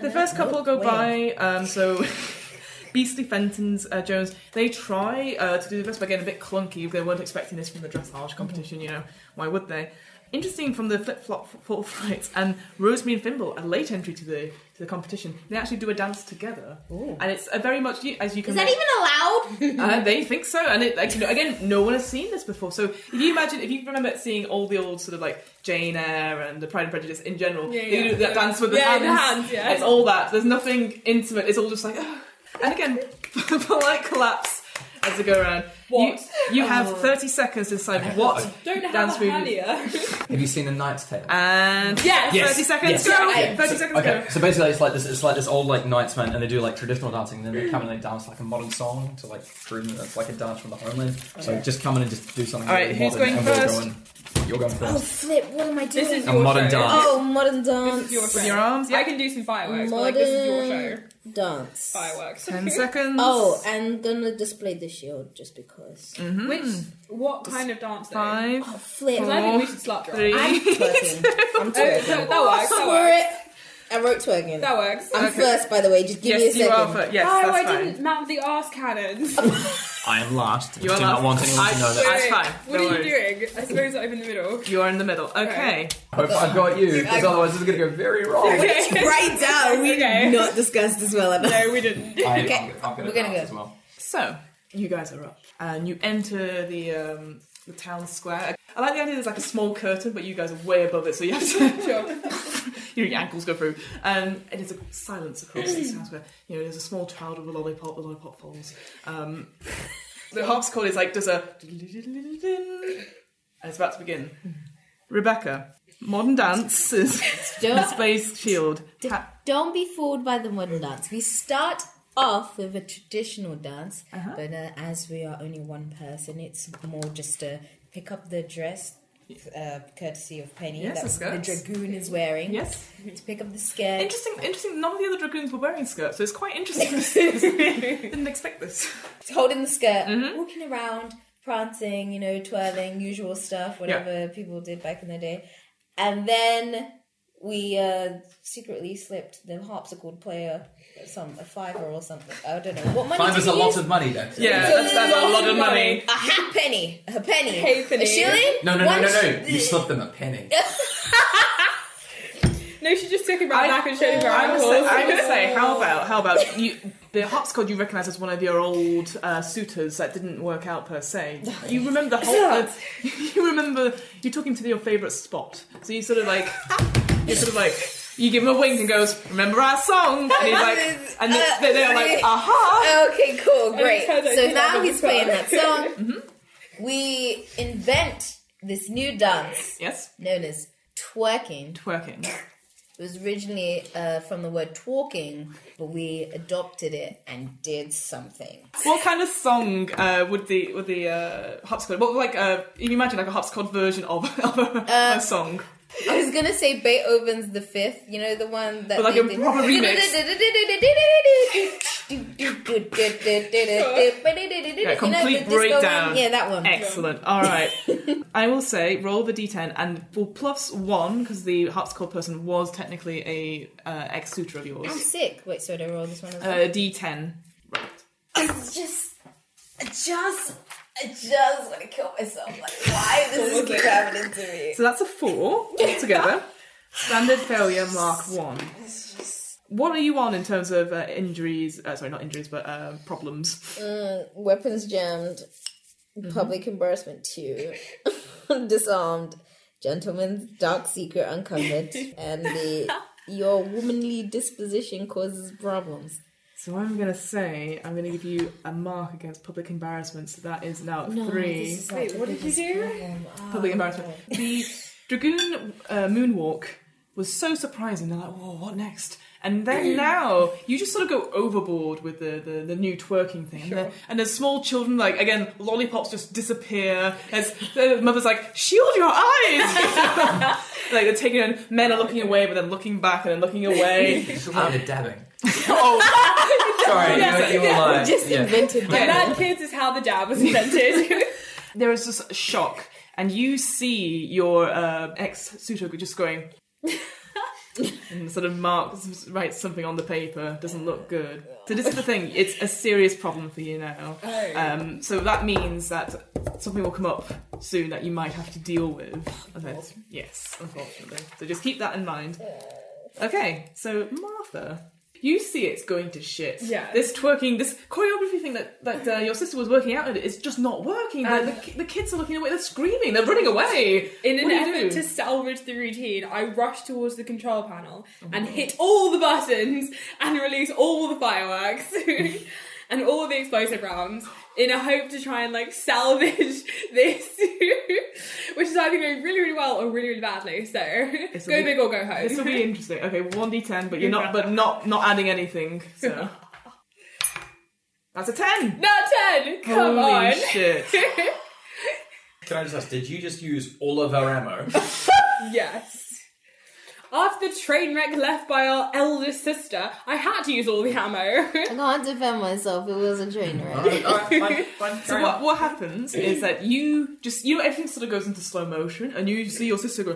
the first couple go by. Um, so [LAUGHS] Beastly Fenton's uh, Jones, they try uh, to do the best by getting a bit clunky. They weren't expecting this from the dressage competition, you know. Why would they? Interesting from the flip flop [LAUGHS] fall flights and um, Rosemary and Fimble, a late entry to the to the competition. They actually do a dance together, and it's a very much as you can.
Is that
[LAUGHS]
even allowed?
Uh, they think so, and it like you know, again, no one has seen this before. So if you imagine, if you remember seeing all the old sort of like Jane Eyre and the Pride and Prejudice in general,
Yeah,
they
yeah.
do that dance with the
Yeah,
hands.
the hands, yeah.
It's all that. There's nothing intimate. It's all just like, [SIGHS] "Oh." and again, [LAUGHS] polite collapse as they go around.
What?
You, you have 30 seconds to decide what
Don't have
dance
a
move.
hernia.
Have you seen the Knight's Tale?
And
[LAUGHS] Yes.
Yes.
30 seconds
Yes.
go.
Okay.
30 seconds
Okay,
go.
so basically it's like this it's like this old like knightsman and they do like traditional dancing and then they come and they dance like a modern song to like Truman that's like a dance from the homeland. So just come in and just do something.
Alright,
really
who's
modern
going
and
first?
We'll go in. You're going
Oh,
first.
flip, what am I doing?
This is
a
your
modern
show.
dance.
oh, modern dance.
This is your show.
With your arms.
I
Yeah.
can do some fireworks, but like this is your show.
Modern Dance.
Fireworks.
10 seconds.
Oh, and gonna display the shield just because.
Which what kind of dance? though?
Five,
Oh, flip.
Because I think we should slap drop.
three,
[LAUGHS]
I'm twerking. I'm
Oh,
twerking.
that, that works. That
Swear
works.
it. I wrote twerking.
That works.
I'm first, by the way. Just give
Yes,
me a
you are
second.
first. Ah, Yes,
oh,
that's
I
fine.
didn't mount the arse cannons.
I am last.
You are last. I- That's
Wait,
fine.
What
Don't
are you doing? I suppose I'm in the middle.
You are in the middle. Okay.
I hope I've got you, because otherwise this is gonna go very
[LAUGHS]
wrong.
Right down. We
[LAUGHS] Okay.
did not discuss this well enough.
No, we didn't.
I,
Okay,
I'm, I'm gonna
we're gonna
dance
go.
as well.
So you guys are up, and you enter the um, the town square. I like the idea. There's like a small curtain, but you guys are way above it, so you have to [LAUGHS]
Sure.
your ankles go through. Um, and there's a silence across the town square. You know, there's a small child with a lollipop. The lollipop falls. Um, the harpsichord is like does a. And it's about to begin. Rebecca, modern dance is
Don't,
space shield. Ta-
don't be fooled by the modern dance. We start off with a traditional dance,
Uh-huh.
but uh, as we are only one person, it's more just to pick up the dress. Uh, courtesy of Penny
Yes, the
that the
skirts.
dragoon is wearing.
yes.
To pick up the skirt.
Interesting, interesting. None of the other dragoons were wearing skirts, so it's quite interesting. [LAUGHS] to see this. Didn't expect this.
It's holding the skirt,
Mm-hmm.
walking around, prancing, you know, twirling, usual stuff, whatever people did back in the day. And then we uh, secretly slipped the harpsichord player some a fiver or something. I don't know what money.
Five
did
is
we
a lot
use?
of money though.
Yeah, that's, that's a lot of money.
a half penny, a penny,
Hey, penny.
a shilling.
No no no
One
no no.
sh-
You slipped them
[LAUGHS]
a penny.
No, she just took it right
I-
back and showed him her
I would,
ankles.
say, I would say, how about how about you? The harpsichord you recognise as one of your old uh, suitors that didn't work out per [LAUGHS] se. You remember the whole. [LAUGHS] you remember you took him to your favourite spot, so you sort of like you sort of like you give him a wink and goes, "Remember our song?" [LAUGHS] And he's like, and they, they- they're like, "Aha!"
Okay, cool, great.
heard that
So
she
now
loved
he's
the
playing that song. We invent this new dance
Yes,
known as twerking.
twerking.
It was originally uh, from the word talking, but we adopted it and did something.
What kind of song uh, would the would the uh, harpsichord? What like uh, you imagine like a harpsichord version of, [LAUGHS] of a, a song?
I was gonna say Beethoven's The Fifth, you know, the one that.
But like
they
a
did-
proper remix.
Yeah,
complete breakdown.
Yeah, that one.
Excellent. All right. I will say roll the d10 and well, plus one because the harpsichord person was technically a uh, ex suitor of
I'm
yours.
sick. Wait, so do I roll this one as well?
Uh, d10. Right.
It's just, I just, I just want to kill myself. Like, why this is keep happening to me?
So that's a four altogether. Standard failure mark one. What are you on in terms of uh, injuries? Uh, sorry, not injuries, but uh, problems.
Weapons jammed,
Mm-hmm.
public embarrassment two, [LAUGHS] disarmed, gentleman's dark secret
[LAUGHS]
uncovered, and the your womanly disposition causes problems.
So I'm going to say I'm going to give you a mark against public embarrassment. So that is now at three.
Wait, what did you do?
public embarrassment. The Dragoon uh, Moonwalk was so surprising. They're like, whoa, what next? And then now you just sort of go overboard with the, the, the new twerking thing. And, the, and there's small children, like, again, lollipops just disappear. There's, the mother's like, shield your eyes! like, they're taking in, men are looking away, but then looking back and then looking away.
She's like,
[LAUGHS]
dabbing. [LAUGHS]
oh,
Sorry, you, you were lying.
Just
Yeah.
invented that.
That, kids, is how the dab was
[LAUGHS]
invented.
there is just shock. And you see your uh, ex suitor just going. and sort of marks writes something on the paper doesn't look good so this is the thing it's a serious problem for you now um, so that means that something will come up soon that you might have to deal with And that's- yes unfortunately so just keep that in mind okay so martha you see it's going to shit
Yeah.
this twerking this choreography thing that, that uh, your sister was working out is just not working The-
Um,
the, ki- the kids are looking away they're screaming they're running away
[LAUGHS] In an
What do you
effort to
do?
salvage the routine, I rush towards the control panel
Oh
and hit all the buttons and release all the fireworks [LAUGHS] and all the explosive rounds in a hope to try and like salvage [LAUGHS] this, which is either going really really well or really really badly. So [LAUGHS]
This'll
go
be-
big or go home.
This
[LAUGHS]
will be interesting. Okay, one d10, but you're not, but not, not adding anything. So that's a ten.
Now ten, come
Holy
on. [LAUGHS]
shit!
Can I just ask, did you just use all of our ammo?
Yes. After the train wreck left by our eldest sister, I had to use all the ammo. [LAUGHS]
I can't defend myself. It was a train wreck.
So what, what happens is that you just you know everything sort of goes into slow motion, and you see your sister go [LAUGHS]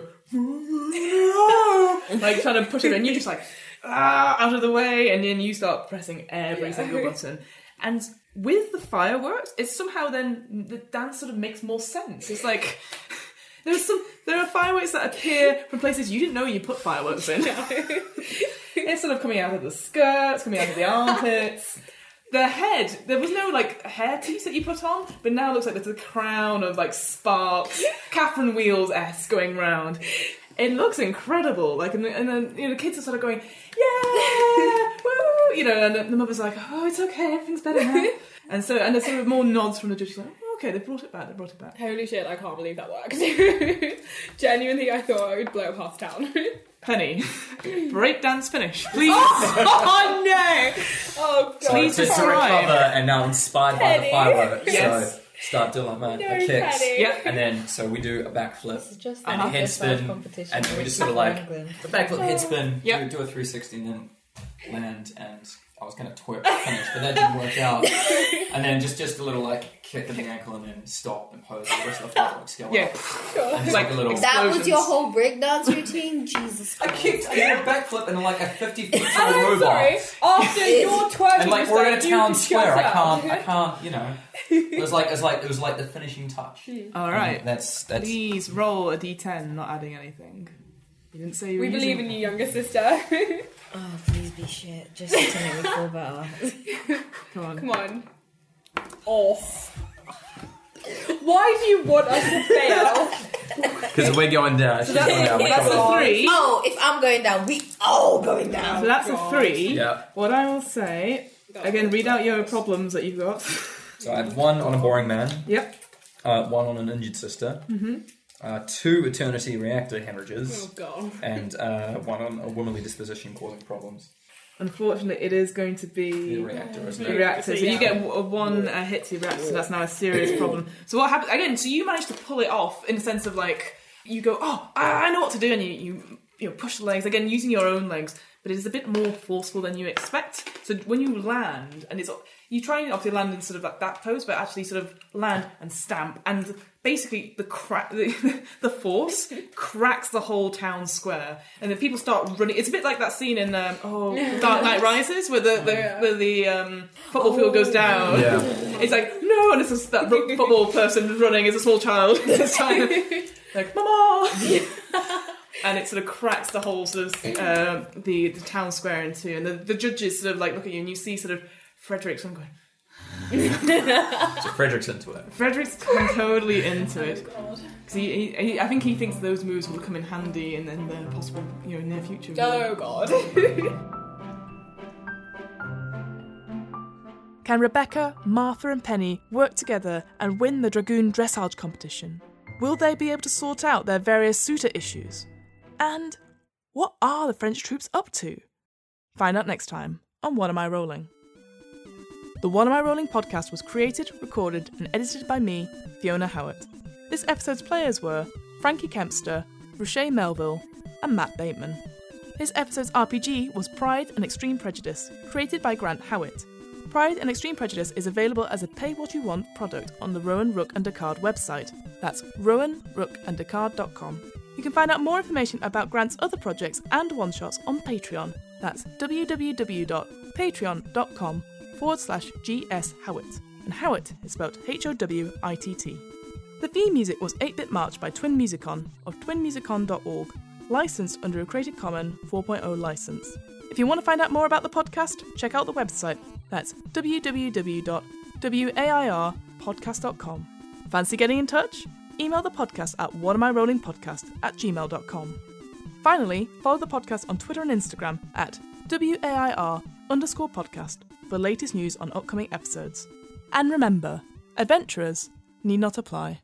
like trying to push it, and you're just like ah, out of the way, and then you start pressing every single button, and. With the fireworks, it's somehow then the dance sort of makes more sense. It's like There's some. There are fireworks that appear from places you didn't know you put fireworks in. [LAUGHS] it's sort of coming out of the skirts, coming out of the armpits. The head. There was no like hair piece that you put on, but now it looks like there's a crown of like
[LAUGHS]
sparks, Catherine Wheels s going round. It looks incredible. Like and, and then you know the kids are sort of
[LAUGHS]
going, yeah, woo, you know, and the, the mother's like, oh, it's okay, everything's better
[LAUGHS]
now. And so and there's sort of more nods from the judge. She's like, oh, okay, they brought it back. They brought it back.
Holy shit, I can't believe that worked. [LAUGHS] Genuinely, I thought I would blow up half town. [LAUGHS]
Penny, [LAUGHS] breakdance finish, please. [LAUGHS]
oh no! Oh god.
Please
to, to
describe.
recover and now inspired by the
Penny.
fireworks.
Yes.
So start doing like my, my
No,
kicks.
Penny.
Yeah.
And then so we do a backflip
Just
and a head spin. And then we just sort of like the backflip head spin,
Yep.
do, do a 360 and then land and I was gonna twerk to finish, but that didn't work out. and then just just a little like kick in the ankle and then stop and pose the rest of the fireworks go
Yeah.
up. And just like a little
That was your
Explosions.
whole breakdance
[LAUGHS]
routine? Jesus
I
Christ.
kicked I did a backflip and like a 50 foot
And
tall
I'm Oh, sorry,
robot.
after your twerking
And like
was
we're
done,
in a
you
town
can
square. I
shut
can't. I
up.
can't. You know. It was like it was like it was like the finishing touch.
All right,
That's that's.
please roll a d10, not adding anything. You didn't say you were
We believe in you, younger sister. [LAUGHS]
Oh, please be shit. Just to make me uh, feel better.
Come on.
Come on. Oh.
[LAUGHS]
Why do you want us to fail?
Because we're going down.
that's that's a three.
[LAUGHS] Oh, if I'm going down, we all going down.
So that's a
God.
three.
Yeah.
What I will say again, read out your problems that you've [LAUGHS] got.
So I have one on a boring man.
Yep.
Uh, one on an injured sister. Mm-hmm. uh, two Eternity reactor hemorrhages,
Oh,
Oh.
God.
and uh, one on a womanly disposition causing problems.
Unfortunately, it is going to
The
be
reactor, isn't
the
it?
reactor. So you get a one uh, hit to your reactor, so that's now a serious problem. So what happens again? So you manage to pull it off in the sense of like you go, oh, I I know what to do, and you you you know, push the legs again using your own legs, but it is a bit more forceful than you expect. So when you land, and it's you try and obviously land in sort of like that pose, but actually sort of land and stamp, and basically the crack the, [LAUGHS] the force cracks the whole town square, and then people start running. It's a bit like that scene in um, oh Dark Knight Rises where the, the where the um, football field goes down.
Yeah.
It's like no, and it's just that ro- football person running as a small child. [LAUGHS] It's kind of like mama, and it sort of cracks the whole sort of um the the town square in two, and the, the judges sort of like look at you, and you see sort of Frederick's. I'm going.
So Frederick's into it.
[LAUGHS]
Frederick's come totally
Oh,
into it because he, he, he- I think he thinks those moves will come in handy in, in the possible you know near future.
Oh God.
[LAUGHS] Can Rebecca, Martha, and Penny work together and win the Dragoon Dressage competition? Will they be able to sort out their various suitor issues? And what are the French troops up to? Find out next time on What Am I Rolling? The What Am I Rolling podcast was created, recorded, and edited by me, Fiona Howard. This episode's players were Frankie Kempster, Rochelle Melville, and Matt Bateman. This episode's RPG was Pride and Extreme Prejudice, created by Grant Howitt. Pride and Extreme Prejudice is available as a pay what you want product on the Rowan Rook and Descartes website. That's rowanrookanddecard.com. You can find out more information about Grant's other projects and one shots on Patreon. That's www.patreon.com forward slash GS Howitt. And Howitt is spelled H O W I T T. The theme music was 8 Bit March by Twin Musicon of twinmusicon.org, licensed under a Creative Commons 4.0 license. If you want to find out more about the podcast, check out the website. That's www.wairpodcast.com. Fancy getting in touch? Email the podcast at whatamirollingpodcast at gmail.com. Finally, follow the podcast on Twitter and Instagram at WAIR underscore podcast for latest news on upcoming episodes. And remember, adventurers need not apply.